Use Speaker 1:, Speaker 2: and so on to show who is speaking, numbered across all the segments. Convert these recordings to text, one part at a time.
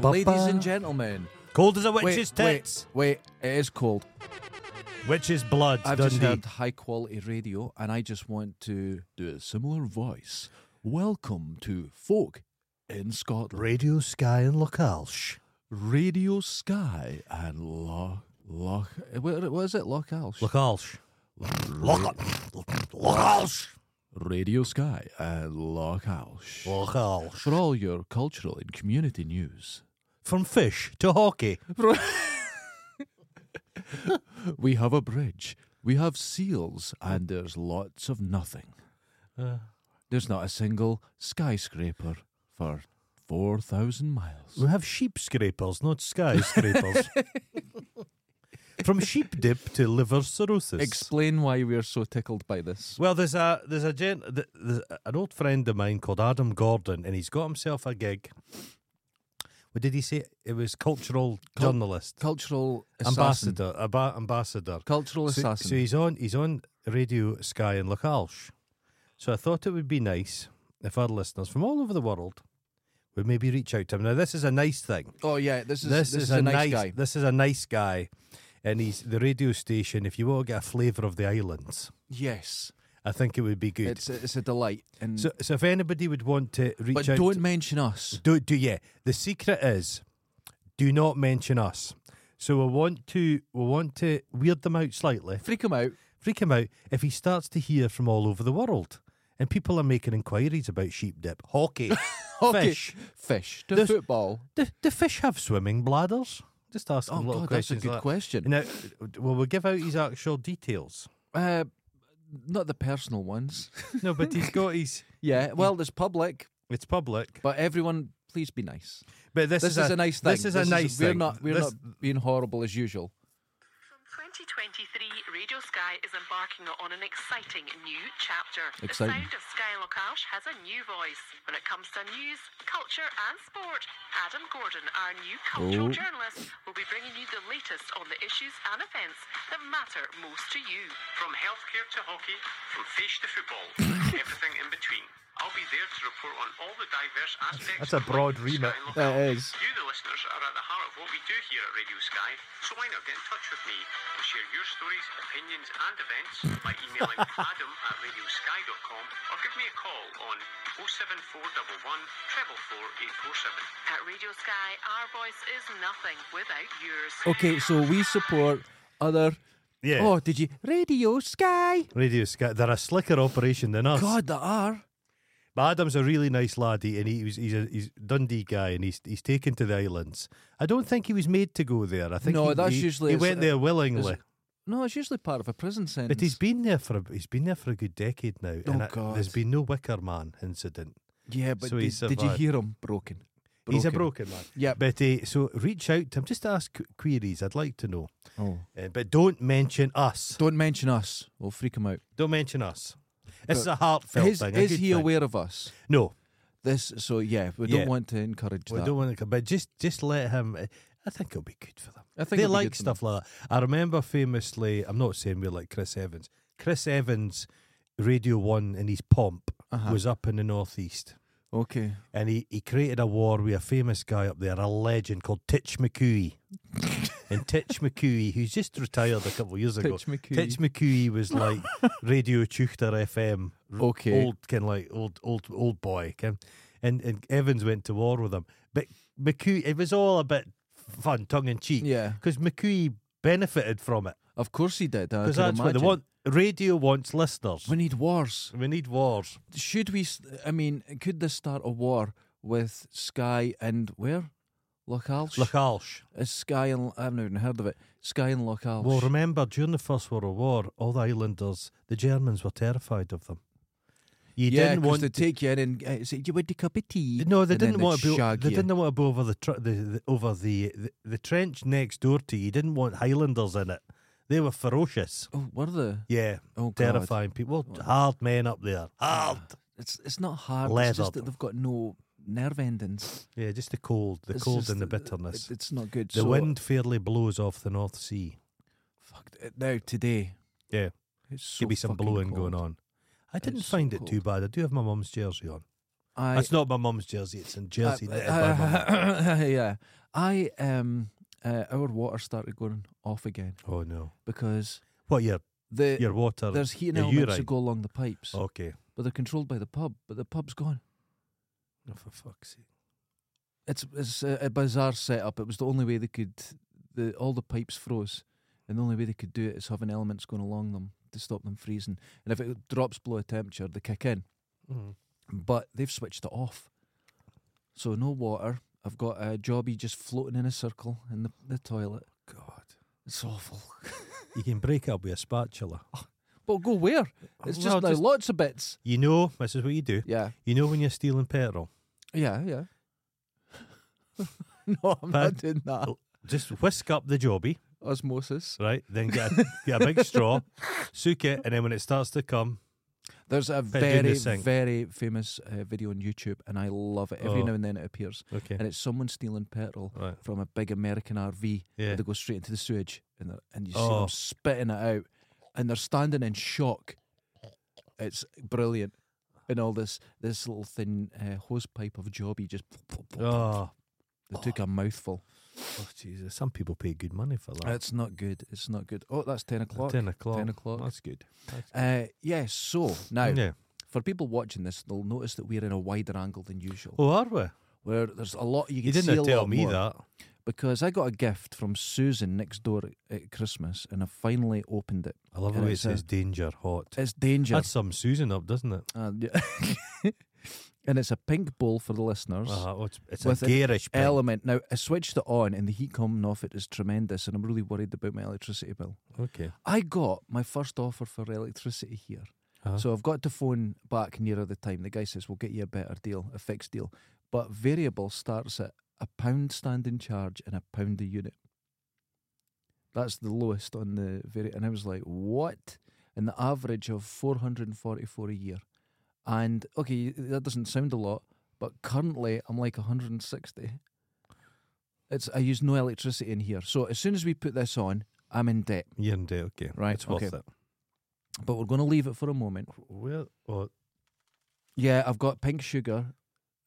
Speaker 1: Ladies and gentlemen.
Speaker 2: Cold as a witch's tits.
Speaker 1: Wait, wait, it is cold.
Speaker 2: Witch's blood.
Speaker 1: I've just
Speaker 2: Dundee.
Speaker 1: heard high quality radio and I just want to do a similar voice. Welcome to Folk in Scotland.
Speaker 2: Radio Sky and Localsh.
Speaker 1: Radio Sky and Loch. Loch. What, what is it? Loch Alsh?
Speaker 2: Localsh.
Speaker 1: Ra-
Speaker 2: Localsh.
Speaker 1: Radio Sky and Loch Alsh.
Speaker 2: Localsh.
Speaker 1: For all your cultural and community news.
Speaker 2: From fish to hockey.
Speaker 1: We have a bridge, we have seals, and there's lots of nothing. Uh. There's not a single skyscraper for 4,000 miles.
Speaker 2: We have sheep scrapers, not skyscrapers. From sheep dip to liver cirrhosis.
Speaker 1: Explain why we are so tickled by this.
Speaker 2: Well, there's a there's a gent th- there's an old friend of mine called Adam Gordon, and he's got himself a gig. What did he say? It was cultural
Speaker 1: Cul-
Speaker 2: journalist,
Speaker 1: Cultural assassin.
Speaker 2: ambassador, aba- ambassador.
Speaker 1: Cultural
Speaker 2: so,
Speaker 1: assassin.
Speaker 2: so he's on he's on Radio Sky in Localsh. So I thought it would be nice if our listeners from all over the world would maybe reach out to him. Now this is a nice thing.
Speaker 1: oh, yeah, this is, this is, a, nice, guy.
Speaker 2: This is a nice guy, and he's the radio station. If you want to get a flavour of the islands,
Speaker 1: Yes,
Speaker 2: I think it would be good.
Speaker 1: it's a, it's a delight. And,
Speaker 2: So, so if anybody would want to reach
Speaker 1: but
Speaker 2: out,
Speaker 1: don't mention us.
Speaker 2: do do yeah. The secret is, do not mention us. So we want to we want to weird them out slightly,
Speaker 1: Freak him out.
Speaker 2: freak him out if he starts to hear from all over the world, and people are making inquiries about sheep dip, hockey,
Speaker 1: Okay.
Speaker 2: fish.
Speaker 1: Fish. To
Speaker 2: There's-
Speaker 1: football.
Speaker 2: Do, do fish have swimming bladders? Just ask
Speaker 1: Oh,
Speaker 2: them little
Speaker 1: God, that's a
Speaker 2: questions.
Speaker 1: good
Speaker 2: like that.
Speaker 1: question.
Speaker 2: Now, will we give out his actual details?
Speaker 1: Uh, not the personal ones.
Speaker 2: No, but he's got his.
Speaker 1: Yeah, well, there's public,
Speaker 2: It's public.
Speaker 1: but everyone, please be nice.
Speaker 2: But this,
Speaker 1: This, is, a, nice thing.
Speaker 2: This is a nice thing.
Speaker 1: We're not, we're
Speaker 2: This-
Speaker 1: not being horrible as usual.
Speaker 3: From 2023, Radio Sky is embarking on an exciting new chapter.
Speaker 1: Exciting.
Speaker 3: The sound of Sky Locash has a new voice. When it comes to news, culture, and sport, Adam Gordon, our new cultural
Speaker 1: Oh.
Speaker 3: journalist, will be bringing you the latest on the issues and events that matter most to you.
Speaker 4: From healthcare to hockey, from fish to football, everything in between. I'll be there to report on all the diverse aspects.
Speaker 2: That's a
Speaker 4: of
Speaker 2: broad
Speaker 4: life in
Speaker 2: remit.
Speaker 4: Sky Local.
Speaker 1: That is.
Speaker 4: You, the listeners, are at the heart of what we do here at Radio Sky, so why not get in touch with me and share your stories, opinions, and events by emailing adam at radiosky.com or give me a call on 07411 444847.
Speaker 3: At Radio Sky, our voice is nothing without yours.
Speaker 1: Okay, so we support other.
Speaker 2: yeah.
Speaker 1: Oh, did you Radio Sky?
Speaker 2: Radio Sky. They're a slicker operation than us.
Speaker 1: God, the R.
Speaker 2: But Adam's a really nice laddie, and he was he's a he's Dundee guy, and he's he's taken to the islands. I don't think he was made to go there. I think
Speaker 1: No,
Speaker 2: he,
Speaker 1: that's
Speaker 2: he-
Speaker 1: usually- uh,
Speaker 2: he
Speaker 1: it's-
Speaker 2: went there willingly.
Speaker 1: it's- No, it's usually part of a prison sentence.
Speaker 2: But he's been there for a, he's been there for a good decade now,
Speaker 1: Oh,
Speaker 2: and I-
Speaker 1: God.
Speaker 2: there's been no Wicker Man incident.
Speaker 1: yeah, but
Speaker 2: so he
Speaker 1: did, did you
Speaker 2: survived.
Speaker 1: hear him broken?
Speaker 2: He's a broken man.
Speaker 1: Yep.
Speaker 2: But uh, so reach out to him just to ask qu- queries. I'd like to know,
Speaker 1: Oh.
Speaker 2: Uh, but don't mention us.
Speaker 1: Don't mention us. We'll freak him out.
Speaker 2: Don't mention us. This is
Speaker 1: But
Speaker 2: a heartfelt
Speaker 1: is
Speaker 2: thing. a
Speaker 1: is
Speaker 2: good
Speaker 1: he
Speaker 2: thing.
Speaker 1: aware of us?
Speaker 2: No,
Speaker 1: This. So yeah, we
Speaker 2: Yeah.
Speaker 1: don't want to encourage
Speaker 2: we
Speaker 1: that.
Speaker 2: don't want to. come- But just just let him. eh, I think it'll be good for them.
Speaker 1: I think
Speaker 2: they
Speaker 1: it'll be
Speaker 2: like
Speaker 1: good for
Speaker 2: stuff like that. I remember famously. I'm not saying we're like Chris Evans. Chris Evans, Radio One, and his pomp
Speaker 1: Uh-huh.
Speaker 2: was up in the northeast,
Speaker 1: Okay.
Speaker 2: and he, he created a war with a famous guy up there, a legend called Titch McCooey. and Titch McCooey, who's just retired a couple of years ago,
Speaker 1: Titch McCooey.
Speaker 2: Titch McCooey was like Radio Tuchter FM, r-
Speaker 1: Okay.
Speaker 2: old kind of like old old old boy, ken? and and Evans went to war with him, but McCooey, it was all a bit fun, tongue in cheek,
Speaker 1: Yeah.
Speaker 2: because McCooey benefited from it
Speaker 1: Of course he did. I
Speaker 2: because
Speaker 1: can
Speaker 2: that's what they
Speaker 1: imagine.
Speaker 2: want. Radio wants listeners.
Speaker 1: We need wars.
Speaker 2: We need wars.
Speaker 1: Should we? s- I mean, could this start a war with Sky and where? Lochalsh?
Speaker 2: Lachalsh.
Speaker 1: Is Sky and I've never even heard of it. Sky and Lochalsh.
Speaker 2: Well, remember during the First World War, all the islanders, the Germans were terrified of them. You
Speaker 1: yeah,
Speaker 2: didn't want
Speaker 1: they
Speaker 2: to
Speaker 1: take you in and uh, say, "You want a cup of tea?"
Speaker 2: No, they
Speaker 1: And then
Speaker 2: didn't want to.
Speaker 1: they'd
Speaker 2: Be,
Speaker 1: shag
Speaker 2: they
Speaker 1: you.
Speaker 2: didn't want to go over the, tr- the, the over the, the the trench next door to you. You didn't want Highlanders in it. They were ferocious.
Speaker 1: Oh, were they?
Speaker 2: Yeah,
Speaker 1: Oh, God. Ah.
Speaker 2: terrifying people. Hard men up there. Hard.
Speaker 1: It's it's not hard. It's just
Speaker 2: Leathered.
Speaker 1: that they've got no nerve endings.
Speaker 2: Yeah, just the cold, the
Speaker 1: It's
Speaker 2: cold
Speaker 1: just
Speaker 2: and the
Speaker 1: that-
Speaker 2: bitterness.
Speaker 1: it- it's not good.
Speaker 2: the
Speaker 1: So,
Speaker 2: wind fairly blows off the North Sea.
Speaker 1: Fuck it. Now today,
Speaker 2: Yeah,
Speaker 1: it's so
Speaker 2: could be some
Speaker 1: fucking
Speaker 2: blowing
Speaker 1: cold.
Speaker 2: going on. I didn't
Speaker 1: It's so
Speaker 2: find it too
Speaker 1: cold.
Speaker 2: bad. I do have my mum's jersey on.
Speaker 1: I
Speaker 2: That's not my mum's jersey. It's in
Speaker 1: Uh,
Speaker 2: jersey. knitted by my mum.
Speaker 1: uh, yeah. I um uh, our water started going off again
Speaker 2: oh no.
Speaker 1: because
Speaker 2: What your
Speaker 1: the
Speaker 2: your water?
Speaker 1: there's heating
Speaker 2: your
Speaker 1: elements
Speaker 2: urine.
Speaker 1: that go along the pipes,
Speaker 2: Okay.
Speaker 1: but they're controlled by the pub. But the pub's gone.
Speaker 2: Oh, for fuck's sake.
Speaker 1: It's it's a, a bizarre setup. It was the only way they could. The all the pipes froze, and the only way they could do it is having elements going along them to stop them freezing. And if it drops below a temperature, they kick in.
Speaker 2: Mm.
Speaker 1: but they've switched it off. So no water. I've got a jobby just floating in a circle in the, the toilet.
Speaker 2: God.
Speaker 1: It's awful.
Speaker 2: You can break up with a spatula.
Speaker 1: But go where? It's just
Speaker 2: Well,
Speaker 1: now lots of bits.
Speaker 2: You know, this is what you do.
Speaker 1: Yeah,
Speaker 2: You know when you're stealing petrol,
Speaker 1: yeah, yeah. no, I'm
Speaker 2: Pardon?
Speaker 1: not doing that.
Speaker 2: just whisk up the jobby,
Speaker 1: Osmosis.
Speaker 2: right? Then get a, get a big straw, soak it, and then when it starts to come,
Speaker 1: There's a
Speaker 2: it in the
Speaker 1: very,
Speaker 2: sink.
Speaker 1: very famous uh, video on YouTube, and I love it. Every
Speaker 2: Oh.
Speaker 1: now and then it appears,
Speaker 2: okay,
Speaker 1: and it's someone stealing petrol
Speaker 2: right,
Speaker 1: from a big American RV.
Speaker 2: yeah,
Speaker 1: They go straight into the sewage, and they're- and you see
Speaker 2: Oh.
Speaker 1: them spitting it out, and they're standing in shock. It's brilliant, and all this this little thin uh, hose pipe of jobby just.
Speaker 2: oh,
Speaker 1: They took a mouthful.
Speaker 2: oh, Jesus! Some people pay good money for that.
Speaker 1: It's not good. It's not good. Oh, that's ten o'clock.
Speaker 2: Oh. Ten o'clock.
Speaker 1: 10 o'clock.
Speaker 2: That's good. That's good.
Speaker 1: Uh, yeah. So now,
Speaker 2: yeah.
Speaker 1: for people watching this, they'll notice that we're in a wider angle than usual.
Speaker 2: Oh, are we?
Speaker 1: Where there's a lot you can
Speaker 2: You
Speaker 1: see a
Speaker 2: didn't tell
Speaker 1: lot
Speaker 2: me
Speaker 1: more.
Speaker 2: that.
Speaker 1: because I got a gift from Susan next door at- at Christmas, and I finally opened it.
Speaker 2: I love the
Speaker 1: And
Speaker 2: way it
Speaker 1: it's, uh,
Speaker 2: says "danger hot."
Speaker 1: It's danger.
Speaker 2: That's some Susan up, doesn't it?
Speaker 1: And, yeah. and it's a pink bowl for the listeners.
Speaker 2: Uh, oh, it's it's
Speaker 1: With
Speaker 2: a
Speaker 1: an
Speaker 2: garish pink.
Speaker 1: Element. Now, I switched it on and the heat coming off it is tremendous, and I'm really worried about my electricity bill.
Speaker 2: Okay.
Speaker 1: I got my first offer for electricity here.
Speaker 2: Uh-huh.
Speaker 1: So I've got to phone back nearer the time. The guy says, We'll get you a better deal, a fixed deal. But variable starts at a pound standing charge and a pound a unit. That's the lowest on the vari And I was like, What? And the average of 444 a year. And okay, that doesn't sound a lot, but currently I'm like 160. It's I use no electricity in here. So as soon as we put this on, I'm in debt.
Speaker 2: You're in debt. Okay.
Speaker 1: Right,
Speaker 2: It's worth
Speaker 1: okay.
Speaker 2: it.
Speaker 1: But we're going to leave it for a moment.
Speaker 2: Where? Oh,
Speaker 1: Yeah, I've got pink sugar.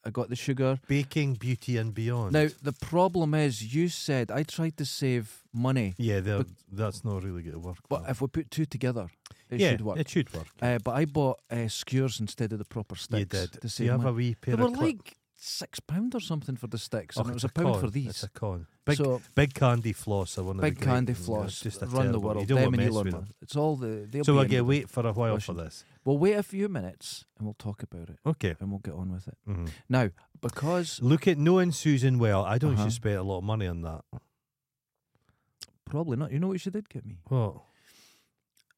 Speaker 1: I got the sugar.
Speaker 2: baking beauty and beyond.
Speaker 1: Now, the problem is, you said I tried to save money,
Speaker 2: yeah, they're- that's not really going to work.
Speaker 1: but
Speaker 2: well.
Speaker 1: if we put two together, it
Speaker 2: Oh. yeah,
Speaker 1: should work.
Speaker 2: It should work.
Speaker 1: uh, but I bought uh, skewers instead of the proper
Speaker 2: You
Speaker 1: sticks
Speaker 2: did.
Speaker 1: to
Speaker 2: Do
Speaker 1: save
Speaker 2: you have a
Speaker 1: money.
Speaker 2: wee pair
Speaker 1: they were
Speaker 2: of clip-
Speaker 1: like six pound or something for the sticks,
Speaker 2: Och,
Speaker 1: and it was
Speaker 2: it's
Speaker 1: a pound
Speaker 2: con.
Speaker 1: for
Speaker 2: It's
Speaker 1: these.
Speaker 2: a con. Big,
Speaker 1: so
Speaker 2: big candy floss are one of the
Speaker 1: big
Speaker 2: great
Speaker 1: candy
Speaker 2: things.
Speaker 1: floss,
Speaker 2: Just a
Speaker 1: run the
Speaker 2: terrible-
Speaker 1: world.
Speaker 2: You don't
Speaker 1: Them
Speaker 2: want
Speaker 1: and
Speaker 2: mess
Speaker 1: Elon
Speaker 2: with
Speaker 1: Musk.
Speaker 2: them.
Speaker 1: It's all the. they'll
Speaker 2: So
Speaker 1: be
Speaker 2: we'll
Speaker 1: in
Speaker 2: get
Speaker 1: with it.
Speaker 2: wait for a while for
Speaker 1: Russian.
Speaker 2: this.
Speaker 1: We'll wait a few minutes and we'll talk about it,
Speaker 2: Okay.
Speaker 1: and we'll get on with it
Speaker 2: Mhm.
Speaker 1: now because
Speaker 2: Look at knowing Susan well. I don't
Speaker 1: Uh-huh.
Speaker 2: should spend a lot of money on that.
Speaker 1: probably not. You know what she did get me?
Speaker 2: What?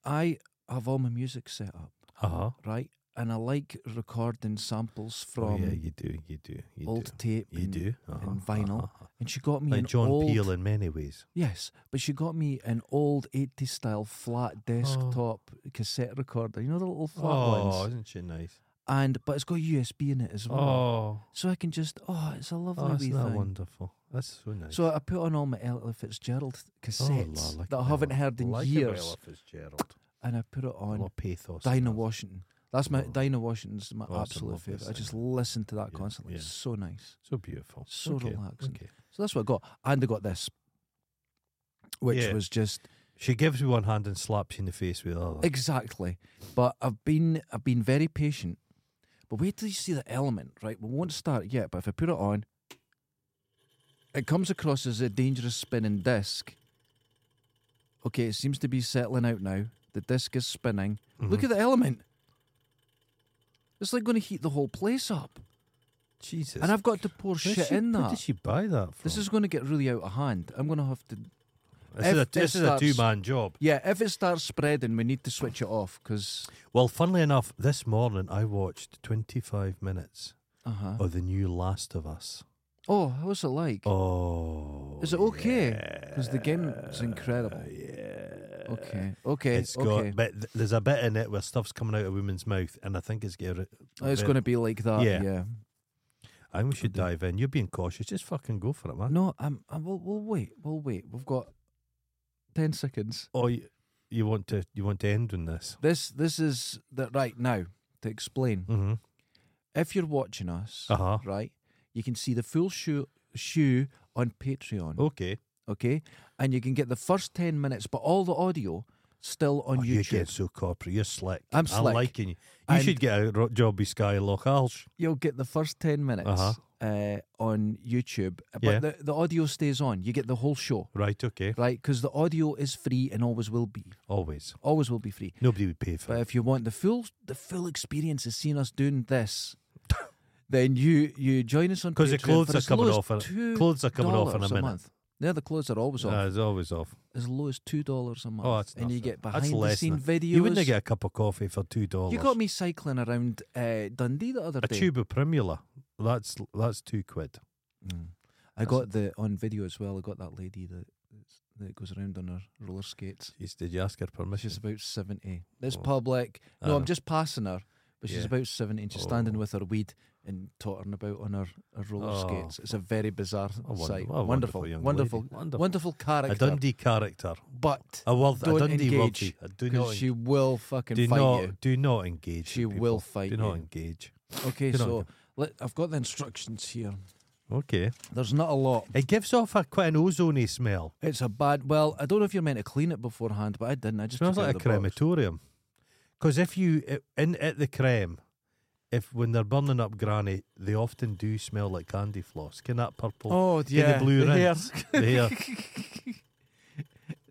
Speaker 1: I have all my music set up.
Speaker 2: Uh huh.
Speaker 1: right? And I like recording samples
Speaker 2: Oh,
Speaker 1: from
Speaker 2: yeah, you do. You do. You
Speaker 1: old
Speaker 2: do.
Speaker 1: tape
Speaker 2: You
Speaker 1: and,
Speaker 2: do. Uh-huh,
Speaker 1: and vinyl.
Speaker 2: uh-huh.
Speaker 1: And she got me
Speaker 2: Like
Speaker 1: an
Speaker 2: John
Speaker 1: old,
Speaker 2: Peel in many ways.
Speaker 1: yes, but she got me an old 80s style flat desktop cassette recorder. You know the little flat
Speaker 2: Oh,
Speaker 1: ones,
Speaker 2: isn't she nice?
Speaker 1: and but it's got USB in it as well,
Speaker 2: Oh,
Speaker 1: so I can just oh, it's a lovely
Speaker 2: oh
Speaker 1: wee
Speaker 2: isn't that
Speaker 1: thing.
Speaker 2: wonderful? That's so nice. Oh,
Speaker 1: So uh, I put on all my Ella Fitzgerald cassettes that I haven't heard in years,
Speaker 2: Fitzgerald.
Speaker 1: and I put it
Speaker 2: A lot
Speaker 1: on
Speaker 2: of pathos. in
Speaker 1: Dinah
Speaker 2: that.
Speaker 1: Washington. That's my
Speaker 2: Oh.
Speaker 1: Dinah Washington's my
Speaker 2: Oh, that's a
Speaker 1: absolute
Speaker 2: lovely
Speaker 1: favorite. I just
Speaker 2: singer.
Speaker 1: listen to that
Speaker 2: Yeah,
Speaker 1: constantly.
Speaker 2: yeah.
Speaker 1: It's so nice.
Speaker 2: So beautiful.
Speaker 1: So
Speaker 2: okay.
Speaker 1: relaxing.
Speaker 2: Okay.
Speaker 1: So that's what I got. And I got this, which
Speaker 2: Yeah.
Speaker 1: was just
Speaker 2: She gives you one hand and slaps you in the face with the other.
Speaker 1: exactly. But I've been I've been very patient. But wait till you see the element, right? We won't start yet, but if I put it on, it comes across as a dangerous spinning disc. Okay, it seems to be settling out now. The disc is spinning. Look at the
Speaker 2: Mm-hmm.
Speaker 1: element. It's like going to heat the whole place up.
Speaker 2: Jesus.
Speaker 1: And I've got to pour
Speaker 2: Where's
Speaker 1: shit
Speaker 2: she-
Speaker 1: in
Speaker 2: Where
Speaker 1: that.
Speaker 2: did she buy that from?
Speaker 1: This is going to get really out of hand. I'm going to have to
Speaker 2: this is a,
Speaker 1: if
Speaker 2: this
Speaker 1: it
Speaker 2: is a
Speaker 1: starts-
Speaker 2: two man job.
Speaker 1: Yeah, if it starts spreading, we need to switch it off because.
Speaker 2: Well, funnily enough, this morning I watched 25 minutes
Speaker 1: Uh huh.
Speaker 2: of the new Last of Us.
Speaker 1: Oh, how's it like?
Speaker 2: Oh,
Speaker 1: Is it okay? Because the game is incredible.
Speaker 2: yeah.
Speaker 1: Okay. Okay.
Speaker 2: It's got,
Speaker 1: okay.
Speaker 2: but th- there's a bit in it where stuff's coming out of women's mouth, and I think it's getting.
Speaker 1: Oh, it's going to be like that.
Speaker 2: Yeah.
Speaker 1: Yeah.
Speaker 2: I think we should dive in. You're being cautious. Just fucking go for it, man.
Speaker 1: No, I'm. i we'll, we'll wait. We'll wait. We've got ten seconds.
Speaker 2: Oh, you, you want to you want to end on this?
Speaker 1: This. This is that right now to explain.
Speaker 2: Mm-hmm.
Speaker 1: if you're watching us,
Speaker 2: Uh-huh.
Speaker 1: right, you can see the full shoe shoe on Patreon,
Speaker 2: Okay.
Speaker 1: okay, and you can get the first ten minutes, but all the audio still on
Speaker 2: Oh, you
Speaker 1: YouTube.
Speaker 2: get so corporate. You're slick.
Speaker 1: I'm
Speaker 2: I'm
Speaker 1: slick.
Speaker 2: liking you. You
Speaker 1: And-
Speaker 2: should get a ro- job with Sky and Loch Alsh.
Speaker 1: You'll get the first ten minutes
Speaker 2: Uh-huh.
Speaker 1: uh, on YouTube, but
Speaker 2: Yeah.
Speaker 1: the, the audio stays on. You get the whole show,
Speaker 2: Right, okay.
Speaker 1: right? Because the audio is free and always will be,
Speaker 2: Always.
Speaker 1: always will be free.
Speaker 2: Nobody would pay for
Speaker 1: But
Speaker 2: it.
Speaker 1: if you want the full the full experience of seeing us doing this, then you you join us on
Speaker 2: Because the
Speaker 1: Patreon
Speaker 2: clothes
Speaker 1: for
Speaker 2: are
Speaker 1: as
Speaker 2: coming
Speaker 1: low as
Speaker 2: off in-
Speaker 1: $2
Speaker 2: clothes are coming off in a minute.
Speaker 1: month. Yeah, the clothes are always off
Speaker 2: Uh, it's always off.
Speaker 1: as low as two dollars a month.
Speaker 2: Oh, that's
Speaker 1: and you
Speaker 2: nothing.
Speaker 1: get
Speaker 2: That's
Speaker 1: behind the
Speaker 2: less
Speaker 1: scene
Speaker 2: than-
Speaker 1: videos.
Speaker 2: You wouldn't get a cup of coffee for two dollars.
Speaker 1: You got me cycling around uh, Dundee the other
Speaker 2: a
Speaker 1: day.
Speaker 2: tube of Primula. That's that's two quid.
Speaker 1: Mm. I got the on video as well. I got that lady that that goes around on her roller skates.
Speaker 2: Jeez, did you ask her permission?
Speaker 1: She's about seventy. It's
Speaker 2: Hmm. Oh.
Speaker 1: public. No, I'm
Speaker 2: Ah.
Speaker 1: just passing her, but she's
Speaker 2: Yeah.
Speaker 1: about seventy, and she's standing with her weed and tottering about on her, her roller
Speaker 2: Oh.
Speaker 1: skates. It's a very bizarre
Speaker 2: A wonder-
Speaker 1: sight.
Speaker 2: what a wonderful
Speaker 1: wonderful,
Speaker 2: young
Speaker 1: wonderful,
Speaker 2: lady. Wonderful.
Speaker 1: wonderful character.
Speaker 2: a Dundee character.
Speaker 1: but
Speaker 2: A, world, a
Speaker 1: Don't
Speaker 2: Dundee
Speaker 1: engage,
Speaker 2: worldie. I do not.
Speaker 1: 'cause
Speaker 2: en-
Speaker 1: she will fucking
Speaker 2: do
Speaker 1: fight
Speaker 2: not.
Speaker 1: you.
Speaker 2: Do not engage.
Speaker 1: She
Speaker 2: with
Speaker 1: will
Speaker 2: people.
Speaker 1: fight
Speaker 2: Do not
Speaker 1: you.
Speaker 2: engage.
Speaker 1: Okay,
Speaker 2: do not
Speaker 1: so
Speaker 2: go.
Speaker 1: let, I've got the instructions here.
Speaker 2: Okay.
Speaker 1: There's not a lot.
Speaker 2: It gives off a quite an ozony smell.
Speaker 1: It's a bad. Well, I don't know if you're meant to clean it beforehand, but I didn't. I just
Speaker 2: smells
Speaker 1: took it
Speaker 2: like a
Speaker 1: out of the box.
Speaker 2: crematorium. Because if you i- in at the creme, if when they're burning up granny, they often do smell like candy floss. Can that purple?
Speaker 1: Oh
Speaker 2: can
Speaker 1: yeah,
Speaker 2: the blue
Speaker 1: the
Speaker 2: rinse?
Speaker 1: hairs.
Speaker 2: The hair.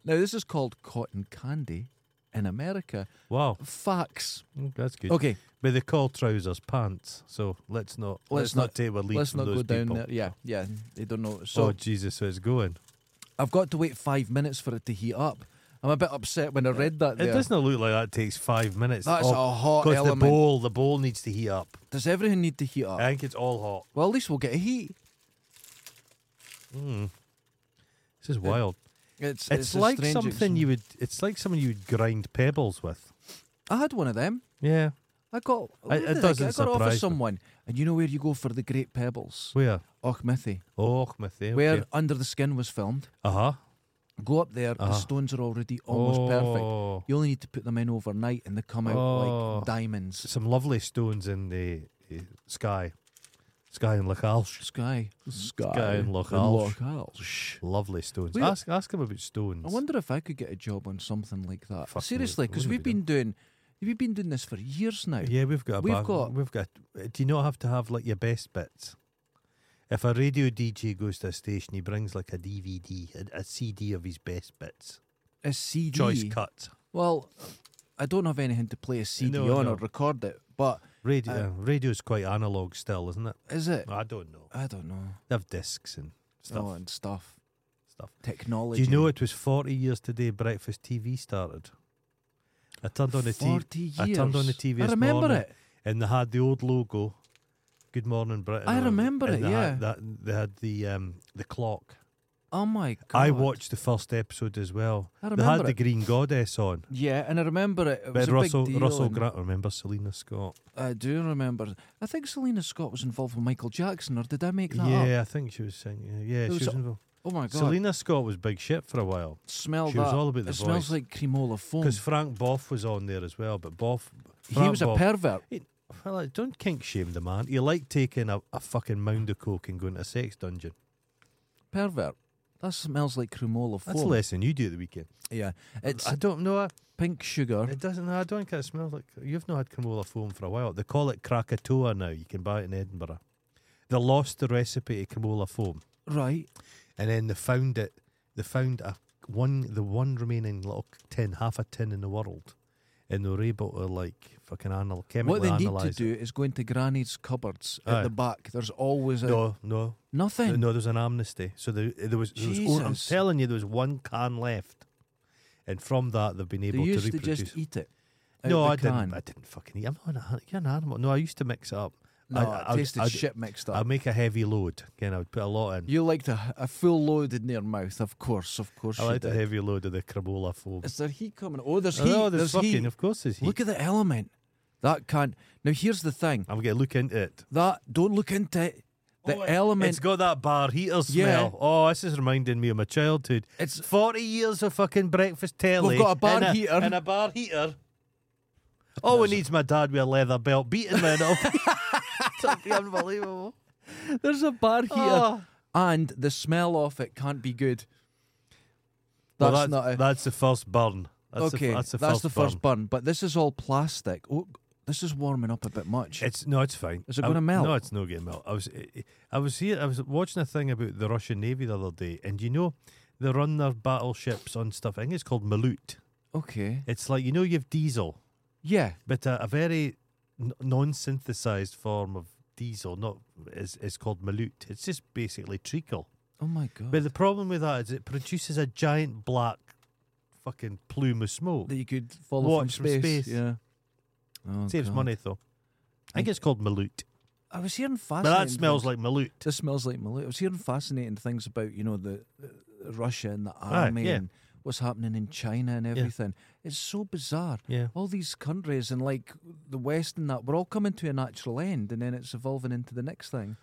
Speaker 1: Now this is called cotton candy in America.
Speaker 2: Wow,
Speaker 1: Facts.
Speaker 2: Mm, that's good.
Speaker 1: Okay,
Speaker 2: But they call trousers pants, so let's not
Speaker 1: Let's
Speaker 2: let's, not,
Speaker 1: not-
Speaker 2: take a lead
Speaker 1: let's
Speaker 2: from
Speaker 1: not go
Speaker 2: those
Speaker 1: down
Speaker 2: people.
Speaker 1: there. Yeah, yeah, they don't know. So
Speaker 2: oh Jesus, so it's going.
Speaker 1: I've got to wait five minutes for it to heat up. I'm a bit upset when I read that.
Speaker 2: It
Speaker 1: There.
Speaker 2: does not look like that takes five minutes.
Speaker 1: That's
Speaker 2: Oh,
Speaker 1: a hot
Speaker 2: 'cause
Speaker 1: element. Oh.
Speaker 2: the bowl, the bowl needs to heat up.
Speaker 1: Does everything need to heat up?
Speaker 2: I think it's all hot.
Speaker 1: Well, at least we'll get a heat.
Speaker 2: This is wild.
Speaker 1: It's
Speaker 2: It's,
Speaker 1: a
Speaker 2: like
Speaker 1: strange
Speaker 2: something
Speaker 1: ex-
Speaker 2: you would. It's like something you would grind pebbles with.
Speaker 1: I had one of them.
Speaker 2: Yeah.
Speaker 1: I got.
Speaker 2: I- it
Speaker 1: I got
Speaker 2: doesn't
Speaker 1: I got off
Speaker 2: surprise
Speaker 1: of
Speaker 2: me.
Speaker 1: someone, and you know where you go for the great pebbles,
Speaker 2: Where?
Speaker 1: Auchmithy,
Speaker 2: Oh, my thing.
Speaker 1: where Under the Skin was filmed.
Speaker 2: Uh huh.
Speaker 1: Go up there, the
Speaker 2: Uh-huh.
Speaker 1: stones are already almost
Speaker 2: Oh.
Speaker 1: perfect. You only need to put them in overnight and they come out
Speaker 2: Oh.
Speaker 1: like diamonds.
Speaker 2: Some lovely stones in the uh, sky. Sky and Lachalsh.
Speaker 1: Sky. Sky.
Speaker 2: in Loch Alsh. Lovely stones.
Speaker 1: Where-
Speaker 2: Ask ask him about stones.
Speaker 1: I wonder if I could get a job on something like that.
Speaker 2: Fuck,
Speaker 1: Seriously,
Speaker 2: we-
Speaker 1: because
Speaker 2: we
Speaker 1: we've been doing we've been doing this for years now.
Speaker 2: Yeah, we've got. A
Speaker 1: We've
Speaker 2: bang-
Speaker 1: got-
Speaker 2: We've got. uh, Do you not have to have like your best bits? If a radio DJ goes to a station, he brings like a DVD, a, a CD of his best bits,
Speaker 1: A CD.
Speaker 2: choice cut.
Speaker 1: Well, I don't have anything to play a CD
Speaker 2: No,
Speaker 1: on
Speaker 2: no.
Speaker 1: or record it, but
Speaker 2: Radio,
Speaker 1: Uh,
Speaker 2: uh, radio's quite analog still, isn't it?
Speaker 1: is it?
Speaker 2: I don't know.
Speaker 1: I don't know.
Speaker 2: They have discs and stuff.
Speaker 1: Oh, and stuff.
Speaker 2: stuff. Do
Speaker 1: Technology.
Speaker 2: you know it was forty years today? Breakfast TV started. I turned on the TV.
Speaker 1: 40 years.
Speaker 2: I turned on the TV.
Speaker 1: I
Speaker 2: this
Speaker 1: remember
Speaker 2: morning,
Speaker 1: it.
Speaker 2: and they had the old logo. Good morning, Britain.
Speaker 1: I
Speaker 2: or-
Speaker 1: remember
Speaker 2: and
Speaker 1: it,
Speaker 2: they had
Speaker 1: yeah.
Speaker 2: that, they had the um, the clock.
Speaker 1: Oh my god.
Speaker 2: I watched the first episode as well.
Speaker 1: I
Speaker 2: They had
Speaker 1: remember
Speaker 2: the
Speaker 1: it.
Speaker 2: Green Goddess on.
Speaker 1: Yeah, and I remember it. It was
Speaker 2: But
Speaker 1: a
Speaker 2: Russell
Speaker 1: big deal.
Speaker 2: Russell
Speaker 1: and
Speaker 2: Grant remember Selena Scott.
Speaker 1: I do remember. I think Selena Scott was involved with Michael Jackson, or did I make that up?
Speaker 2: Yeah, I think she was singing. Yeah, she
Speaker 1: was
Speaker 2: was
Speaker 1: a-
Speaker 2: involved.
Speaker 1: Oh my god.
Speaker 2: Selena Scott was big shit for a while
Speaker 1: Smell
Speaker 2: she
Speaker 1: that.
Speaker 2: was all about the
Speaker 1: it smells
Speaker 2: voice.
Speaker 1: like cremola foam.
Speaker 2: because Frank Boff was on there as well. But Boff,
Speaker 1: Oh. He
Speaker 2: Frank
Speaker 1: was a
Speaker 2: Boff-
Speaker 1: pervert.
Speaker 2: He- Well, I don't kink shame the man. You like taking a, a fucking mound of coke and going to a sex dungeon.
Speaker 1: Pervert. That smells like cremola foam.
Speaker 2: That's less than you do at the weekend.
Speaker 1: Yeah, it's
Speaker 2: I don't know. I-
Speaker 1: pink sugar.
Speaker 2: It doesn't. I don't think it smells like. You've not had cremola foam for a while. They call it Krakatoa now. You can buy it in Edinburgh. They lost the recipe to cremola foam,
Speaker 1: right.
Speaker 2: and then they found it. They found a one, the one remaining little tin, half a tin in the world, and they were able to like fucking anal chemically
Speaker 1: What they need to
Speaker 2: analyze.
Speaker 1: do is go into Granny's cupboards
Speaker 2: Aye.
Speaker 1: at the back. There's always a,
Speaker 2: No, no,
Speaker 1: nothing.
Speaker 2: no. There was an amnesty, so there, there was. There was oh, I'm
Speaker 1: Jesus.
Speaker 2: telling you, there was one can left, and from that they've been
Speaker 1: they
Speaker 2: able
Speaker 1: used
Speaker 2: to
Speaker 1: to,
Speaker 2: reproduce.
Speaker 1: just eat it. out
Speaker 2: No,
Speaker 1: the
Speaker 2: I
Speaker 1: can.
Speaker 2: didn't. I didn't fucking eat. I'm not an, you're an animal. No, I used to mix it up.
Speaker 1: No,
Speaker 2: I,
Speaker 1: it tasted
Speaker 2: I'd,
Speaker 1: shit mixed up.
Speaker 2: I'd make a heavy load. Again, I would put a lot in.
Speaker 1: You liked a, a uh, full load in your mouth, of course, of course.
Speaker 2: I
Speaker 1: you
Speaker 2: liked a
Speaker 1: did.
Speaker 2: heavy load of the crabola foam.
Speaker 1: Is there heat coming? Oh, there's
Speaker 2: Oh,
Speaker 1: eh? heat.
Speaker 2: no,
Speaker 1: there's
Speaker 2: there's fucking.
Speaker 1: heat.
Speaker 2: Of course, there's heat.
Speaker 1: Look at the element. That can't. Now here's the thing.
Speaker 2: I'm gonna look into it.
Speaker 1: That don't look into it. The
Speaker 2: Oh, it-
Speaker 1: element.
Speaker 2: It's got that bar heater
Speaker 1: Yeah.
Speaker 2: smell. Oh, this is reminding me of my childhood.
Speaker 1: It's-
Speaker 2: forty years of fucking breakfast telly.
Speaker 1: got a bar
Speaker 2: and
Speaker 1: heater.
Speaker 2: and a bar heater. Oh, it needs my dad with a leather belt beating me. and I'll-
Speaker 5: That'd be unbelievable.
Speaker 1: There's a bar here,
Speaker 5: Oh.
Speaker 1: Ah. and the smell of it can't be good.
Speaker 2: Well,
Speaker 1: That's, not a,
Speaker 2: that's the first burn. That's
Speaker 1: okay.
Speaker 2: The, that's the first burn.
Speaker 1: burn. but this is all plastic. Oh, this is warming up a bit much.
Speaker 2: It's no, it's fine.
Speaker 1: Is it
Speaker 2: I-
Speaker 1: gonna melt?
Speaker 2: No, it's not going to melt. I was, eh, I was here. I was watching a thing about the Russian Navy the other day, and you know, they run their battleships on stuff. I think it's called Malut.
Speaker 1: okay.
Speaker 2: It's like you know, you have diesel,
Speaker 1: Yeah.
Speaker 2: but a, a very n- non-synthesized form of diesel. Not is is called Malut. It's just basically treacle.
Speaker 1: Oh my god.
Speaker 2: But the problem with that is it produces a giant black fucking plume of smoke.
Speaker 1: that you could follow
Speaker 2: Watch
Speaker 1: from
Speaker 2: from
Speaker 1: space.
Speaker 2: space.
Speaker 1: Yeah. Oh,
Speaker 2: Saves
Speaker 1: God.
Speaker 2: money though. I think it's called Malut.
Speaker 1: I was hearing
Speaker 2: But
Speaker 1: fascinating.
Speaker 2: that smells
Speaker 1: things.
Speaker 2: like Malut.
Speaker 1: This smells like Malou. I was hearing fascinating things about you know the uh, Russia and the
Speaker 2: Aye,
Speaker 1: army
Speaker 2: Ah, yeah.
Speaker 1: and what's happening in China and everything. It's so bizarre.
Speaker 2: Yeah.
Speaker 1: All these countries and like the West and that we're all coming to a natural end, and then it's evolving into the next thing.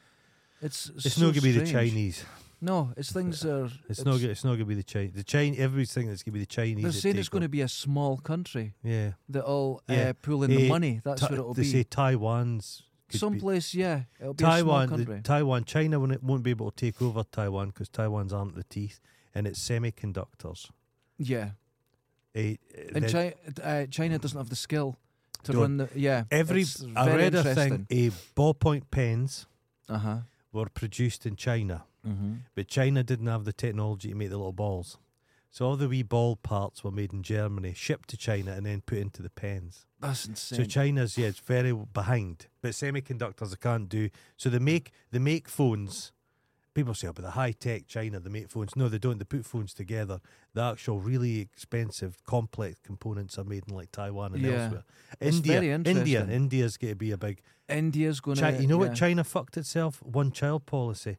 Speaker 1: It's
Speaker 2: It's
Speaker 1: so
Speaker 2: not gonna be the
Speaker 1: strange.
Speaker 2: Chinese. Uh,
Speaker 1: No, it's things are.
Speaker 2: It's, not. go- It's not gonna be the Chinese. The Chinese. Everything that's gonna be the Chinese.
Speaker 1: They're
Speaker 2: that
Speaker 1: saying
Speaker 2: take
Speaker 1: it's going to
Speaker 2: over.
Speaker 1: be a small country
Speaker 2: Yeah.
Speaker 1: that all
Speaker 2: Yeah.
Speaker 1: uh, pull in
Speaker 2: Eh,
Speaker 1: the money. That's
Speaker 2: Ta-
Speaker 1: what it'll
Speaker 2: they
Speaker 1: be.
Speaker 2: say Taiwan's. could be-
Speaker 1: Someplace, yeah, it'll be a
Speaker 2: Taiwan,
Speaker 1: small
Speaker 2: the-
Speaker 1: country.
Speaker 2: Taiwan, China won't, won't be able to take over Taiwan because Taiwan's armed to the teeth, and it's semiconductors.
Speaker 1: yeah,
Speaker 2: Eh,
Speaker 1: and
Speaker 2: then
Speaker 1: China, uh, China doesn't have the skill to
Speaker 2: Don't.
Speaker 1: run the. Yeah,
Speaker 2: every
Speaker 1: it's
Speaker 2: I
Speaker 1: very
Speaker 2: read a thing. Uh-huh. A ballpoint pens
Speaker 1: Uh huh.
Speaker 2: were produced in China,
Speaker 1: Mm-hmm.
Speaker 2: but China didn't have the technology to make the little balls, so all the wee ball parts were made in Germany, shipped to China, and then put into the pens.
Speaker 1: That's
Speaker 2: So
Speaker 1: insane.
Speaker 2: China's yeah, it's very behind. But semiconductors they can't do. So they make they make phones. People say, oh, but the high tech China, they make phones. No, they don't. They put phones together. The actual really expensive, complex components are made in like Taiwan and
Speaker 1: Yeah.
Speaker 2: elsewhere.
Speaker 1: It's
Speaker 2: India,
Speaker 1: very
Speaker 2: India,
Speaker 1: interesting.
Speaker 2: India's going to be a big.
Speaker 1: India's going
Speaker 2: Chi-
Speaker 1: to.
Speaker 2: you know what China fucked itself? One child policy.